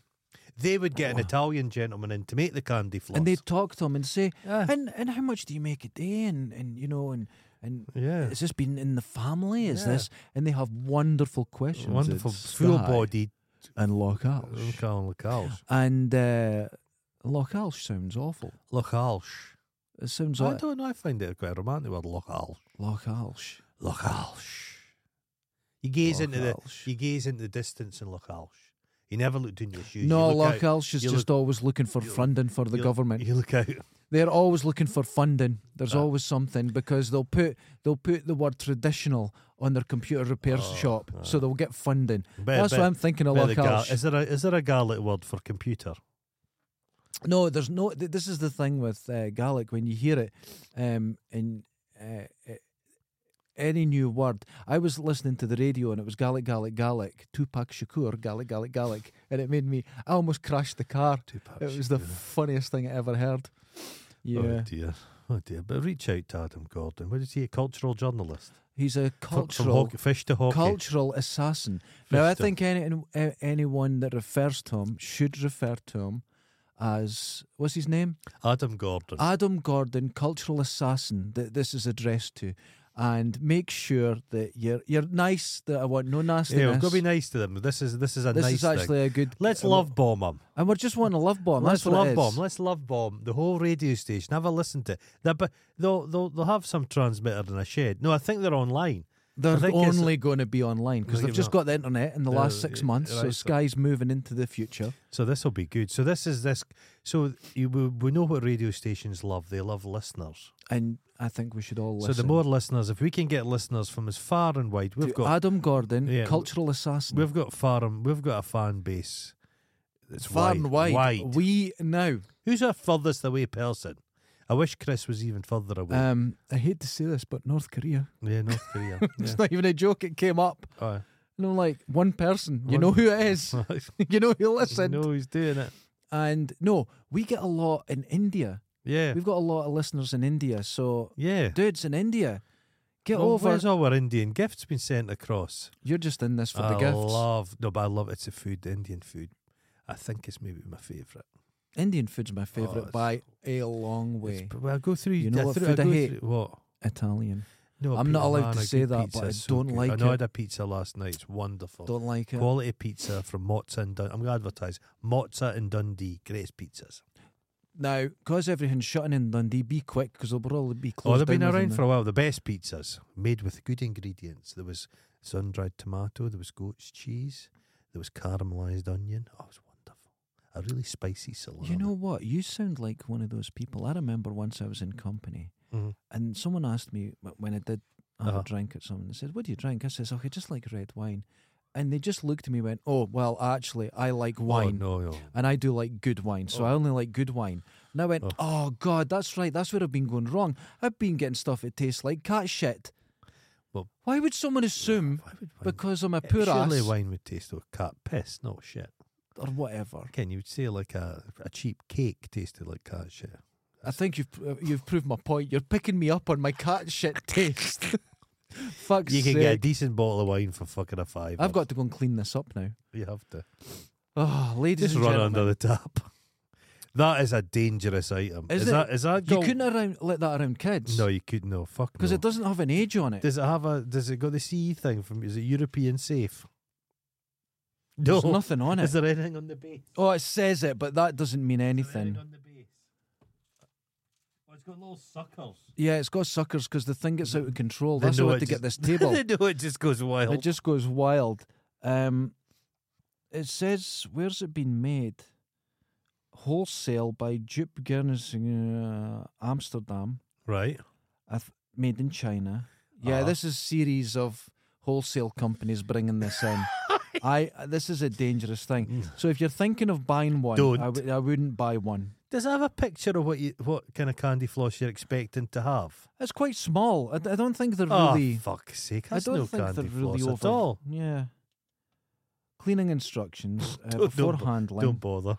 Speaker 2: They would get an Italian gentleman in to make the candy floss.
Speaker 1: And they'd talk to him and say,
Speaker 2: Yeah.
Speaker 1: and, and how much do you make a day? And, and you know, and. And
Speaker 2: Yeah.
Speaker 1: has this been in the family? Is
Speaker 2: Yeah.
Speaker 1: this? And they have wonderful questions.
Speaker 2: wonderful
Speaker 1: It's
Speaker 2: full
Speaker 1: that.
Speaker 2: bodied
Speaker 1: and Lochalsh.
Speaker 2: Local, locals.
Speaker 1: And uh, Lochalsh sounds awful.
Speaker 2: Locals.
Speaker 1: It sounds
Speaker 2: I
Speaker 1: like
Speaker 2: don't know. I find it quite a romantic word. Locals.
Speaker 1: Lochalsh.
Speaker 2: Locals. You gaze into the
Speaker 1: Lochalsh.
Speaker 2: you gaze into the distance in Locals. You never looked in your shoes.
Speaker 1: No,
Speaker 2: you look out-
Speaker 1: Lochalsh is
Speaker 2: you
Speaker 1: just always looking for
Speaker 2: you look-
Speaker 1: funding for the
Speaker 2: you-
Speaker 1: government.
Speaker 2: You look out.
Speaker 1: They're always looking for funding. There's
Speaker 2: Ah.
Speaker 1: always something because they'll put they'll put the word traditional on their computer repair
Speaker 2: Oh,
Speaker 1: shop, so
Speaker 2: ah.
Speaker 1: they'll get funding.
Speaker 2: Better-
Speaker 1: That's
Speaker 2: better-
Speaker 1: what I'm thinking of
Speaker 2: better Gal-
Speaker 1: Lochalsh.
Speaker 2: is there a is there a Gaelic word for computer?
Speaker 1: No, there's no. Th- this is the thing with uh, Gaelic when you hear it, um, and uh, uh, any new word. I was listening to the radio and it was Gaelic, Gaelic, Gaelic. Tupac Shakur, Gaelic, Gaelic, Gaelic, and it made me. I almost crashed the car. It was the funniest thing I ever heard. Yeah,
Speaker 2: Oh dear. Oh dear. But reach out to Adam Gordon. What is he? A cultural journalist.
Speaker 1: he's a
Speaker 2: From- from
Speaker 1: cultural.
Speaker 2: hockey- fish to hockey.
Speaker 1: Cultural assassin. Now, I
Speaker 2: Fister.
Speaker 1: think any, an- a- anyone that refers to him should refer to him as what's his name?
Speaker 2: Adam Gordon.
Speaker 1: Adam Gordon, cultural assassin that this is addressed to, and make sure that you're you're nice. That I want no
Speaker 2: yeah, we've
Speaker 1: nastiness.
Speaker 2: got to be nice to them. This is this is a
Speaker 1: this
Speaker 2: nice
Speaker 1: is actually
Speaker 2: thing.
Speaker 1: a good.
Speaker 2: Let's
Speaker 1: uh,
Speaker 2: love bomb them.
Speaker 1: and we're just wanting a love bomb.
Speaker 2: Let's
Speaker 1: That's what it
Speaker 2: love
Speaker 1: is.
Speaker 2: bomb. Let's love bomb the whole radio station. Have a listen to it. They'll, be- they'll, they'll, they'll have some transmitter in a shed. No, I think they're online. I
Speaker 1: They're
Speaker 2: think it's-
Speaker 1: only going to be online because
Speaker 2: Look
Speaker 1: they've
Speaker 2: at
Speaker 1: just
Speaker 2: that.
Speaker 1: got the internet in the
Speaker 2: Yeah,
Speaker 1: last six
Speaker 2: yeah,
Speaker 1: months. so
Speaker 2: right, so-
Speaker 1: Sky's moving into the future.
Speaker 2: So this will be good. So this is this. So you, we, we know what radio stations love. They love listeners.
Speaker 1: And I think we should all listen.
Speaker 2: So the more listeners, if we can get listeners from as far and wide, we've
Speaker 1: to
Speaker 2: got
Speaker 1: Adam Gordon,
Speaker 2: Yeah, we-
Speaker 1: cultural assassin.
Speaker 2: we've got far and we've got a fan base. It's
Speaker 1: far and wide.
Speaker 2: wide.
Speaker 1: We now.
Speaker 2: Who's our furthest away person? I wish Chris was even further away.
Speaker 1: Um, I hate to say this, but North Korea.
Speaker 2: yeah, North Korea.
Speaker 1: It's not even a joke. It came up.
Speaker 2: Oh,
Speaker 1: And I'm like, one person, you know who it is, you know who listened.
Speaker 2: no, he's doing it.
Speaker 1: And no, we get a lot in India.
Speaker 2: Yeah,
Speaker 1: We've got a lot of listeners in India. So,
Speaker 2: yeah.
Speaker 1: dudes in India, get
Speaker 2: Well,
Speaker 1: over.
Speaker 2: Where's all our Indian gifts been sent across?
Speaker 1: You're just in this for the
Speaker 2: I
Speaker 1: gifts.
Speaker 2: love no, but I love it's the food, the Indian food. I think it's maybe my favourite.
Speaker 1: Indian food's my favourite
Speaker 2: Oh, it's-
Speaker 1: by a long
Speaker 2: It's-
Speaker 1: way.
Speaker 2: but Well, I go through.
Speaker 1: You know
Speaker 2: I
Speaker 1: what
Speaker 2: through,
Speaker 1: food I
Speaker 2: go
Speaker 1: hate?
Speaker 2: Through, what?
Speaker 1: Italian.
Speaker 2: No,
Speaker 1: I'm not
Speaker 2: pizza,
Speaker 1: allowed
Speaker 2: man,
Speaker 1: to
Speaker 2: a good
Speaker 1: say that,
Speaker 2: pizza
Speaker 1: but I
Speaker 2: is so
Speaker 1: don't
Speaker 2: good.
Speaker 1: like
Speaker 2: I know I
Speaker 1: it.
Speaker 2: had a pizza last night. It's wonderful.
Speaker 1: Don't like it.
Speaker 2: Quality pizza from Mozza and Dundee. I'm going to advertise Mozza and Dundee. Greatest pizzas.
Speaker 1: Now, because everything's shutting in Dundee, be quick because they'll probably be
Speaker 2: Oh,
Speaker 1: closed.
Speaker 2: they've been
Speaker 1: down
Speaker 2: around
Speaker 1: within
Speaker 2: for a while. The best pizzas, made with good ingredients. There was sun dried tomato, there was goat's cheese, there was caramelized onion. Oh, it was wonderful. A really spicy
Speaker 1: the-
Speaker 2: salad.
Speaker 1: You know what? You sound like one of those people. I remember once I was in company And someone asked me wh- when I did have
Speaker 2: Mm-hmm. Uh-huh.
Speaker 1: a drink at someone, they said, What do you drink? I says, Okay, just like red wine. And they just looked at me and went, Oh, well, actually, I like wine. Um,
Speaker 2: Oh, no, no.
Speaker 1: And I do like good wine. So I only like good wine. And I went,
Speaker 2: Oh.
Speaker 1: oh. God, that's right. That's where I've been going wrong. I've been getting stuff that tastes like cat shit.
Speaker 2: Well-
Speaker 1: Why would someone assume
Speaker 2: Why would wine-
Speaker 1: because I'm a
Speaker 2: Eh,
Speaker 1: poor
Speaker 2: Surely
Speaker 1: ass
Speaker 2: wine would taste like cat piss, not shit.
Speaker 1: or whatever?
Speaker 2: Ken, you would say like a, a cheap cake tasted like cat shit.
Speaker 1: I think you've pr- uh, you've proved my point. You're picking me up on my cat shit taste. Fuck's
Speaker 2: You can
Speaker 1: sake.
Speaker 2: get a decent bottle of wine for fucking a five.
Speaker 1: I've got to go and clean this up now.
Speaker 2: You have to.
Speaker 1: Oh, ladies
Speaker 2: Just
Speaker 1: and
Speaker 2: run
Speaker 1: gentlemen,
Speaker 2: under the tap. That is a dangerous item.
Speaker 1: Is
Speaker 2: Is,
Speaker 1: it?
Speaker 2: that? Is that?
Speaker 1: you
Speaker 2: got-
Speaker 1: couldn't around, let that around kids.
Speaker 2: No, you couldn't. No, fuck.
Speaker 1: because
Speaker 2: no.
Speaker 1: it doesn't have an age on it.
Speaker 2: Does it have a? Does it got the CE thing from? Is it European safe?
Speaker 1: There's nothing on it.
Speaker 2: Is there anything on the base?
Speaker 1: oh, it says it, but that doesn't mean
Speaker 5: Anything
Speaker 1: anything.
Speaker 5: on the base. Oh, it's got little suckers.
Speaker 1: Yeah, it's got suckers because the thing gets out of control.
Speaker 2: They
Speaker 1: That's
Speaker 2: know
Speaker 1: how I
Speaker 2: it
Speaker 1: had to get this
Speaker 2: just-
Speaker 1: table.
Speaker 2: they know it just goes wild.
Speaker 1: it just goes wild. Um, it says where's it been made? Wholesale by Jupe Guinness uh, Amsterdam.
Speaker 2: right.
Speaker 1: I th- made in China. Yeah,
Speaker 2: Uh-huh.
Speaker 1: this is series of wholesale companies bringing this in. I uh, this is a dangerous thing. So if you're thinking of buying one,
Speaker 2: Mm. Don't.
Speaker 1: I, w- I wouldn't buy one.
Speaker 2: Does it have a picture of what you what kind of candy floss you're expecting to have?
Speaker 1: It's quite small. I, d- I don't think they're
Speaker 2: oh,
Speaker 1: really.
Speaker 2: fuck's sake!
Speaker 1: I
Speaker 2: That's
Speaker 1: don't
Speaker 2: no
Speaker 1: think
Speaker 2: candy
Speaker 1: they're really
Speaker 2: floss
Speaker 1: over.
Speaker 2: at all.
Speaker 1: Yeah. Cleaning instructions uh,
Speaker 2: Don't-
Speaker 1: before
Speaker 2: don't, bo-
Speaker 1: handling.
Speaker 2: Don't bother.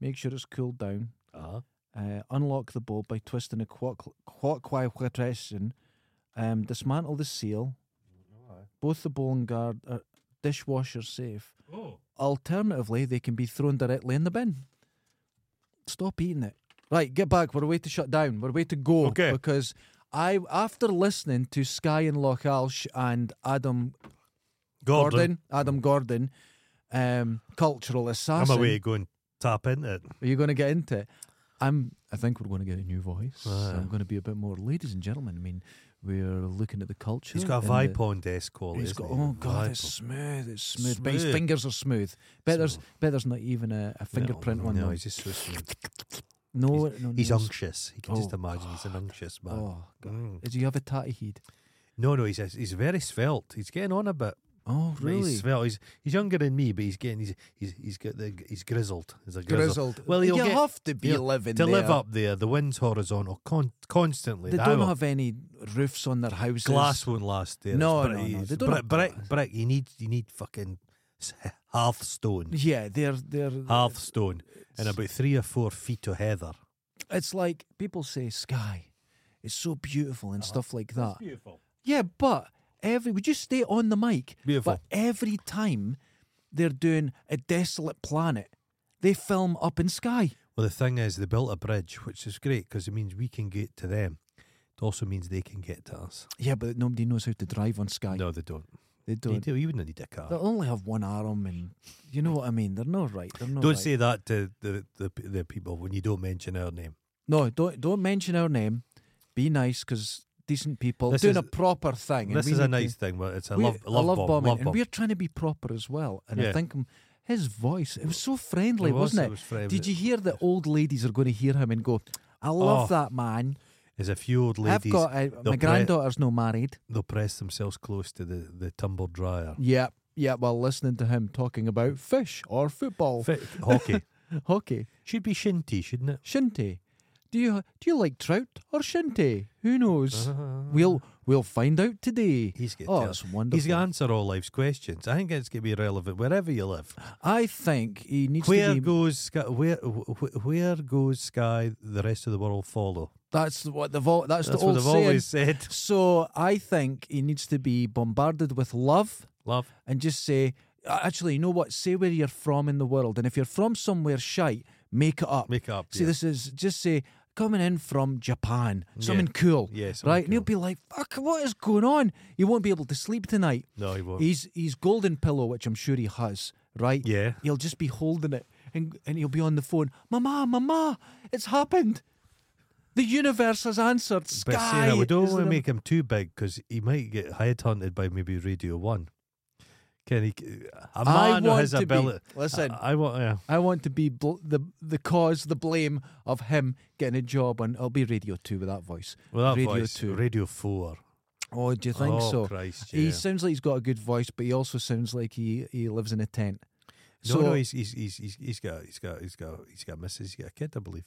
Speaker 1: Make sure it's cooled down.
Speaker 2: uh
Speaker 1: Uh, unlock the bowl by twisting a quark quadration. Um, dismantle the seal. Both the bowl and guard are dishwasher safe.
Speaker 5: Oh.
Speaker 1: Alternatively, they can be thrown directly in the bin. Stop eating it. Right, get back. We're away to shut down. We're away to go.
Speaker 2: Okay.
Speaker 1: Because I, after listening to Sky and Loch Alsh and Adam Gordon, Adam Gordon, um, cultural
Speaker 2: I'm
Speaker 1: assassin.
Speaker 2: away to go and tap into it.
Speaker 1: Are you going to get into it? I'm. I think we're going to get a new voice.
Speaker 2: Ah.
Speaker 1: I'm going to be a bit more, ladies and gentlemen. I mean, we're looking at the culture.
Speaker 2: He's got a
Speaker 1: and the-
Speaker 2: Vipond esque call.
Speaker 1: He's
Speaker 2: isn't
Speaker 1: got.
Speaker 2: he?
Speaker 1: Oh God, it's
Speaker 2: Vipond.
Speaker 1: smooth. It's smooth. But his
Speaker 2: Smooth.
Speaker 1: fingers are smooth. Bet there's bet there's not even a, a fingerprint
Speaker 2: no,
Speaker 1: on
Speaker 2: no,
Speaker 1: them.
Speaker 2: he's just so smooth.
Speaker 1: no, no,
Speaker 2: He's
Speaker 1: no,
Speaker 2: unctuous. You can just
Speaker 1: Oh,
Speaker 2: imagine he's an unctuous man.
Speaker 1: Oh God.
Speaker 2: Mm.
Speaker 1: Did you have a tatty heed?
Speaker 2: No, no, he's he's very svelte. He's getting on a bit.
Speaker 1: Oh
Speaker 2: but
Speaker 1: really?
Speaker 2: He's svelte. He's, he's younger than me, but he's getting he's he's, he's got the he's grizzled. He's a grizzle. Well,
Speaker 1: you
Speaker 2: he'll get-
Speaker 1: have to be
Speaker 2: he'll-
Speaker 1: living
Speaker 2: to live
Speaker 1: there.
Speaker 2: up there. The wind's horizontal con- constantly.
Speaker 1: They
Speaker 2: The
Speaker 1: don't
Speaker 2: hour-
Speaker 1: have any roofs on their houses.
Speaker 2: glass won't last there.
Speaker 1: No,
Speaker 2: It's
Speaker 1: no,
Speaker 2: brick-
Speaker 1: no,
Speaker 2: it's
Speaker 1: they don't
Speaker 2: brick,
Speaker 1: have
Speaker 2: brick,
Speaker 1: glass.
Speaker 2: brick. You need you need fucking s- hearthstone,
Speaker 1: Yeah, they're they're.
Speaker 2: Ah, hearthstone, and about three or four feet of heather.
Speaker 1: It's like people say sky, it's so beautiful
Speaker 2: Uh-huh.
Speaker 1: and stuff like that.
Speaker 5: Beautiful.
Speaker 1: Yeah, but every would you stay on the mic?
Speaker 2: Beautiful.
Speaker 1: But every time they're doing a desolate planet, they film up in sky.
Speaker 2: Well, the thing is, they built a bridge, which is great because it means we can get to them. It also means they can get to us.
Speaker 1: Yeah, but nobody knows how to drive on sky.
Speaker 2: No, they don't.
Speaker 1: They
Speaker 2: You,
Speaker 1: don't.
Speaker 2: do, you wouldn't need a car.
Speaker 1: They only have one arm, and you know what I mean. They're not right. They're not
Speaker 2: Don't
Speaker 1: right.
Speaker 2: say that to the, the the people when you don't mention our name.
Speaker 1: No, don't don't mention our name. Be nice, because decent people
Speaker 2: This
Speaker 1: doing
Speaker 2: is-
Speaker 1: a proper thing. and
Speaker 2: this
Speaker 1: we
Speaker 2: is a
Speaker 1: need to-
Speaker 2: nice thing. Well, it's a
Speaker 1: we-
Speaker 2: love,
Speaker 1: a
Speaker 2: love, bomb,
Speaker 1: bombing,
Speaker 2: love
Speaker 1: and
Speaker 2: bomb.
Speaker 1: we're trying to be proper as well. And I
Speaker 2: Yeah.
Speaker 1: think um, his voice, it was so friendly,
Speaker 2: It was,
Speaker 1: not
Speaker 2: it
Speaker 1: it?
Speaker 2: was friendly.
Speaker 1: Did you hear that old ladies are going to hear him and go, "I love
Speaker 2: Oh,
Speaker 1: that man."
Speaker 2: There's a few old
Speaker 1: I've
Speaker 2: ladies.
Speaker 1: got uh,
Speaker 2: they'll
Speaker 1: my
Speaker 2: pre-
Speaker 1: granddaughter's no married.
Speaker 2: They'll press themselves close to the the tumble dryer.
Speaker 1: Yeah, yeah. While listening to him talking about fish or football,
Speaker 2: Fit, hockey
Speaker 1: hockey,
Speaker 2: should be shinty, shouldn't it?
Speaker 1: shinty. Do you do you like trout or shinty? Who knows? We'll we'll find out today.
Speaker 2: He's good.
Speaker 1: oh, it's wonderful.
Speaker 2: He's gonna answer all life's questions. I think it's gonna be relevant wherever you live.
Speaker 1: I think he needs
Speaker 2: Where
Speaker 1: to be.
Speaker 2: goes sky, where wh- wh- where goes sky? The rest of the world follow.
Speaker 1: that's what the vo- that's,
Speaker 2: That's
Speaker 1: the
Speaker 2: what
Speaker 1: old
Speaker 2: I've
Speaker 1: saying.
Speaker 2: always said.
Speaker 1: So I think he needs to be bombarded with love
Speaker 2: Love.
Speaker 1: and just say, actually, you know what? Say where you're from in the world, and if you're from somewhere shite, make it up.
Speaker 2: Make it up,
Speaker 1: See,
Speaker 2: yeah.
Speaker 1: this is just say coming in from Japan, something
Speaker 2: Yeah.
Speaker 1: cool,
Speaker 2: Yeah, something
Speaker 1: right? And he'll
Speaker 2: cool.
Speaker 1: be like, "Fuck, what is going on? You won't be able to sleep tonight."
Speaker 2: No, he won't.
Speaker 1: He's he's golden pillow, which I'm sure he has, right?
Speaker 2: Yeah.
Speaker 1: He'll just be holding it, and and he'll be on the phone, "Mama, mama, it's happened." The universe has answered. Sky.
Speaker 2: But Sarah, we don't
Speaker 1: is
Speaker 2: want to
Speaker 1: the-
Speaker 2: make him too big because he might get headhunted by maybe Radio One. Can he? A
Speaker 1: I
Speaker 2: man of
Speaker 1: want
Speaker 2: his
Speaker 1: to be-
Speaker 2: ability.
Speaker 1: listen.
Speaker 2: I, I want. Yeah.
Speaker 1: I want to be bl- the the cause, the blame of him getting a job on. I'll be Radio Two with that voice.
Speaker 2: Well, that
Speaker 1: Radio
Speaker 2: voice,
Speaker 1: Two.
Speaker 2: Radio Four.
Speaker 1: oh, do you think
Speaker 2: Oh,
Speaker 1: so?
Speaker 2: Christ,
Speaker 1: He
Speaker 2: yeah.
Speaker 1: sounds like he's got a good voice, but he also sounds like he, he lives in a tent.
Speaker 2: No,
Speaker 1: so
Speaker 2: no, he's he's, he's he's he's got he's got he's got he's got a missus. He's got a kid, I believe.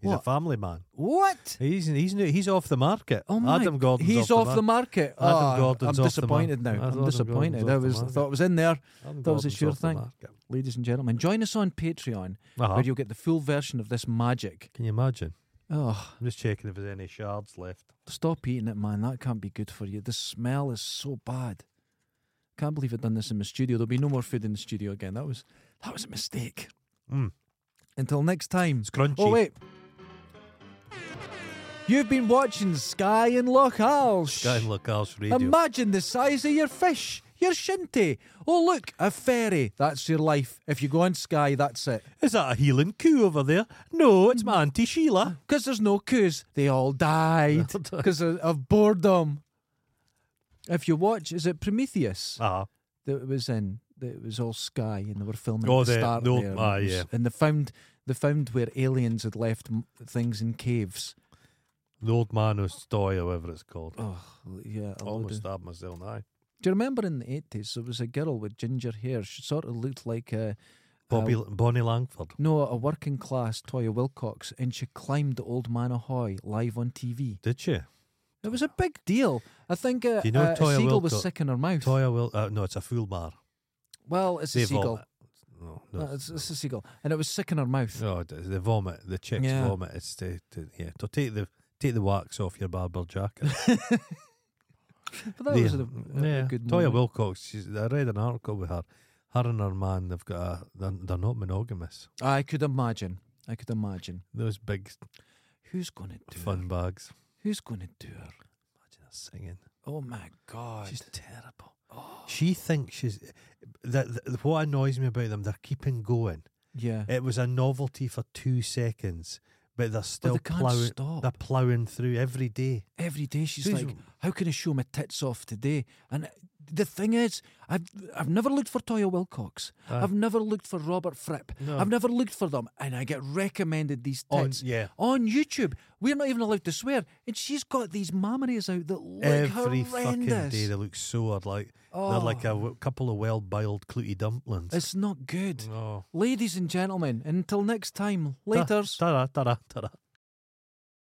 Speaker 2: He's a
Speaker 1: What?
Speaker 2: family man.
Speaker 1: what?
Speaker 2: He's he's new- he's off the market.
Speaker 1: Oh my!
Speaker 2: Adam Gordon.
Speaker 1: he's off, the market.
Speaker 2: Adam
Speaker 1: Ah,
Speaker 2: Gordon's
Speaker 1: I'm
Speaker 2: off the mar-
Speaker 1: disappointed now.
Speaker 2: Adam
Speaker 1: I'm
Speaker 2: Gordon's
Speaker 1: disappointed.
Speaker 2: off
Speaker 1: I
Speaker 2: the
Speaker 1: was
Speaker 2: market.
Speaker 1: thought it was in there.
Speaker 2: Adam
Speaker 1: That was a
Speaker 2: Gordon's
Speaker 1: sure
Speaker 2: off the
Speaker 1: thing.
Speaker 2: market.
Speaker 1: Ladies and gentlemen, join us on Patreon,
Speaker 2: Uh-huh.
Speaker 1: where you'll get the full version of this magic.
Speaker 2: Can you imagine?
Speaker 1: Oh,
Speaker 2: I'm just checking if there's any shards left.
Speaker 1: Stop eating it, man. That can't be good for you. The smell is so bad. Can't believe I've done this in the studio. There'll be no more food in the studio again. That was that was a mistake.
Speaker 2: Mm.
Speaker 1: Until next time.
Speaker 2: It's crunchy.
Speaker 1: Oh wait. You've been watching Sky and Loch Alsh.
Speaker 2: Guy in Locals Radio.
Speaker 1: Imagine the size of your fish, your shinty. Oh look, a fairy. That's your life. If you go on Sky, that's it.
Speaker 2: Is that a healing coup over there? No, it's my auntie Sheila.
Speaker 1: Because there's no coos. They all died
Speaker 2: all died.
Speaker 1: because of, of boredom. If you watch, is it Prometheus
Speaker 2: Ah,
Speaker 1: that it was in? That it was all sky and they were filming
Speaker 2: Oh,
Speaker 1: at the,
Speaker 2: the-
Speaker 1: start
Speaker 2: the old-
Speaker 1: there. and
Speaker 2: ah,
Speaker 1: it was-
Speaker 2: yeah.
Speaker 1: And they found they found where aliens had left m- things in caves.
Speaker 2: the old man who's toy, however it's called.
Speaker 1: Oh, yeah. a load
Speaker 2: Almost
Speaker 1: of-
Speaker 2: stabbed myself now.
Speaker 1: Do you remember in the eighties there was a girl with ginger hair? She sort of looked like a
Speaker 2: Bobby, Bonnie Langford.
Speaker 1: no, a working class Toya Wilcox, and she climbed the old man ahoy live on TV.
Speaker 2: Did she?
Speaker 1: It was a big deal. I think uh,
Speaker 2: Do you know
Speaker 1: uh, a
Speaker 2: Toya
Speaker 1: seagull was
Speaker 2: Wilcox-
Speaker 1: sick in her mouth.
Speaker 2: Toya will. Uh, no, it's a fool bar.
Speaker 1: well, it's a
Speaker 2: They
Speaker 1: seagull.
Speaker 2: vomit. No, no.
Speaker 1: No, it's, it's a seagull, and it was sick in her mouth.
Speaker 2: no, it is. They vomit. The chicks
Speaker 1: Yeah.
Speaker 2: vomit. It's to, to yeah. To take the take the wax off your barber jacket.
Speaker 1: But that
Speaker 2: yeah.
Speaker 1: was a, a- a
Speaker 2: yeah.
Speaker 1: good
Speaker 2: Toya
Speaker 1: moment.
Speaker 2: Wilcox. She's, I read an article with her. Her and her man. They've got. A, they're, they're not monogamous.
Speaker 1: I could imagine. I could imagine.
Speaker 2: Those big
Speaker 1: Who's going to do her?
Speaker 2: fun bags.
Speaker 1: Who's going to do her?
Speaker 2: Imagine her singing.
Speaker 1: Oh my God!
Speaker 2: She's terrible.
Speaker 1: Oh.
Speaker 2: She thinks she's that. that- What annoys me about them, they're keeping going.
Speaker 1: Yeah.
Speaker 2: It was a novelty for two seconds, but they're still
Speaker 1: they can't
Speaker 2: plowing.
Speaker 1: stop.
Speaker 2: They're plowing through every day.
Speaker 1: Every day she's
Speaker 2: Who's-
Speaker 1: like, "How can I show my tits off today?" And the thing is, I've I've never looked for Toya Wilcox. I've never looked for Robert Fripp.
Speaker 2: No.
Speaker 1: I've never looked for them, and I get recommended these
Speaker 2: On-
Speaker 1: tits
Speaker 2: yeah.
Speaker 1: on YouTube. We're not even allowed to swear, and she's got these mammaries out that look
Speaker 2: every
Speaker 1: horrendous. Oh.
Speaker 2: fucking day, they look sore. Like they're like a w- couple of well-biled clooty dumplings.
Speaker 1: It's not good,
Speaker 2: oh.
Speaker 1: ladies and gentlemen. Until next time,
Speaker 2: Ta-
Speaker 1: later's.
Speaker 2: Ta-ra, ta-ra, ta-ra.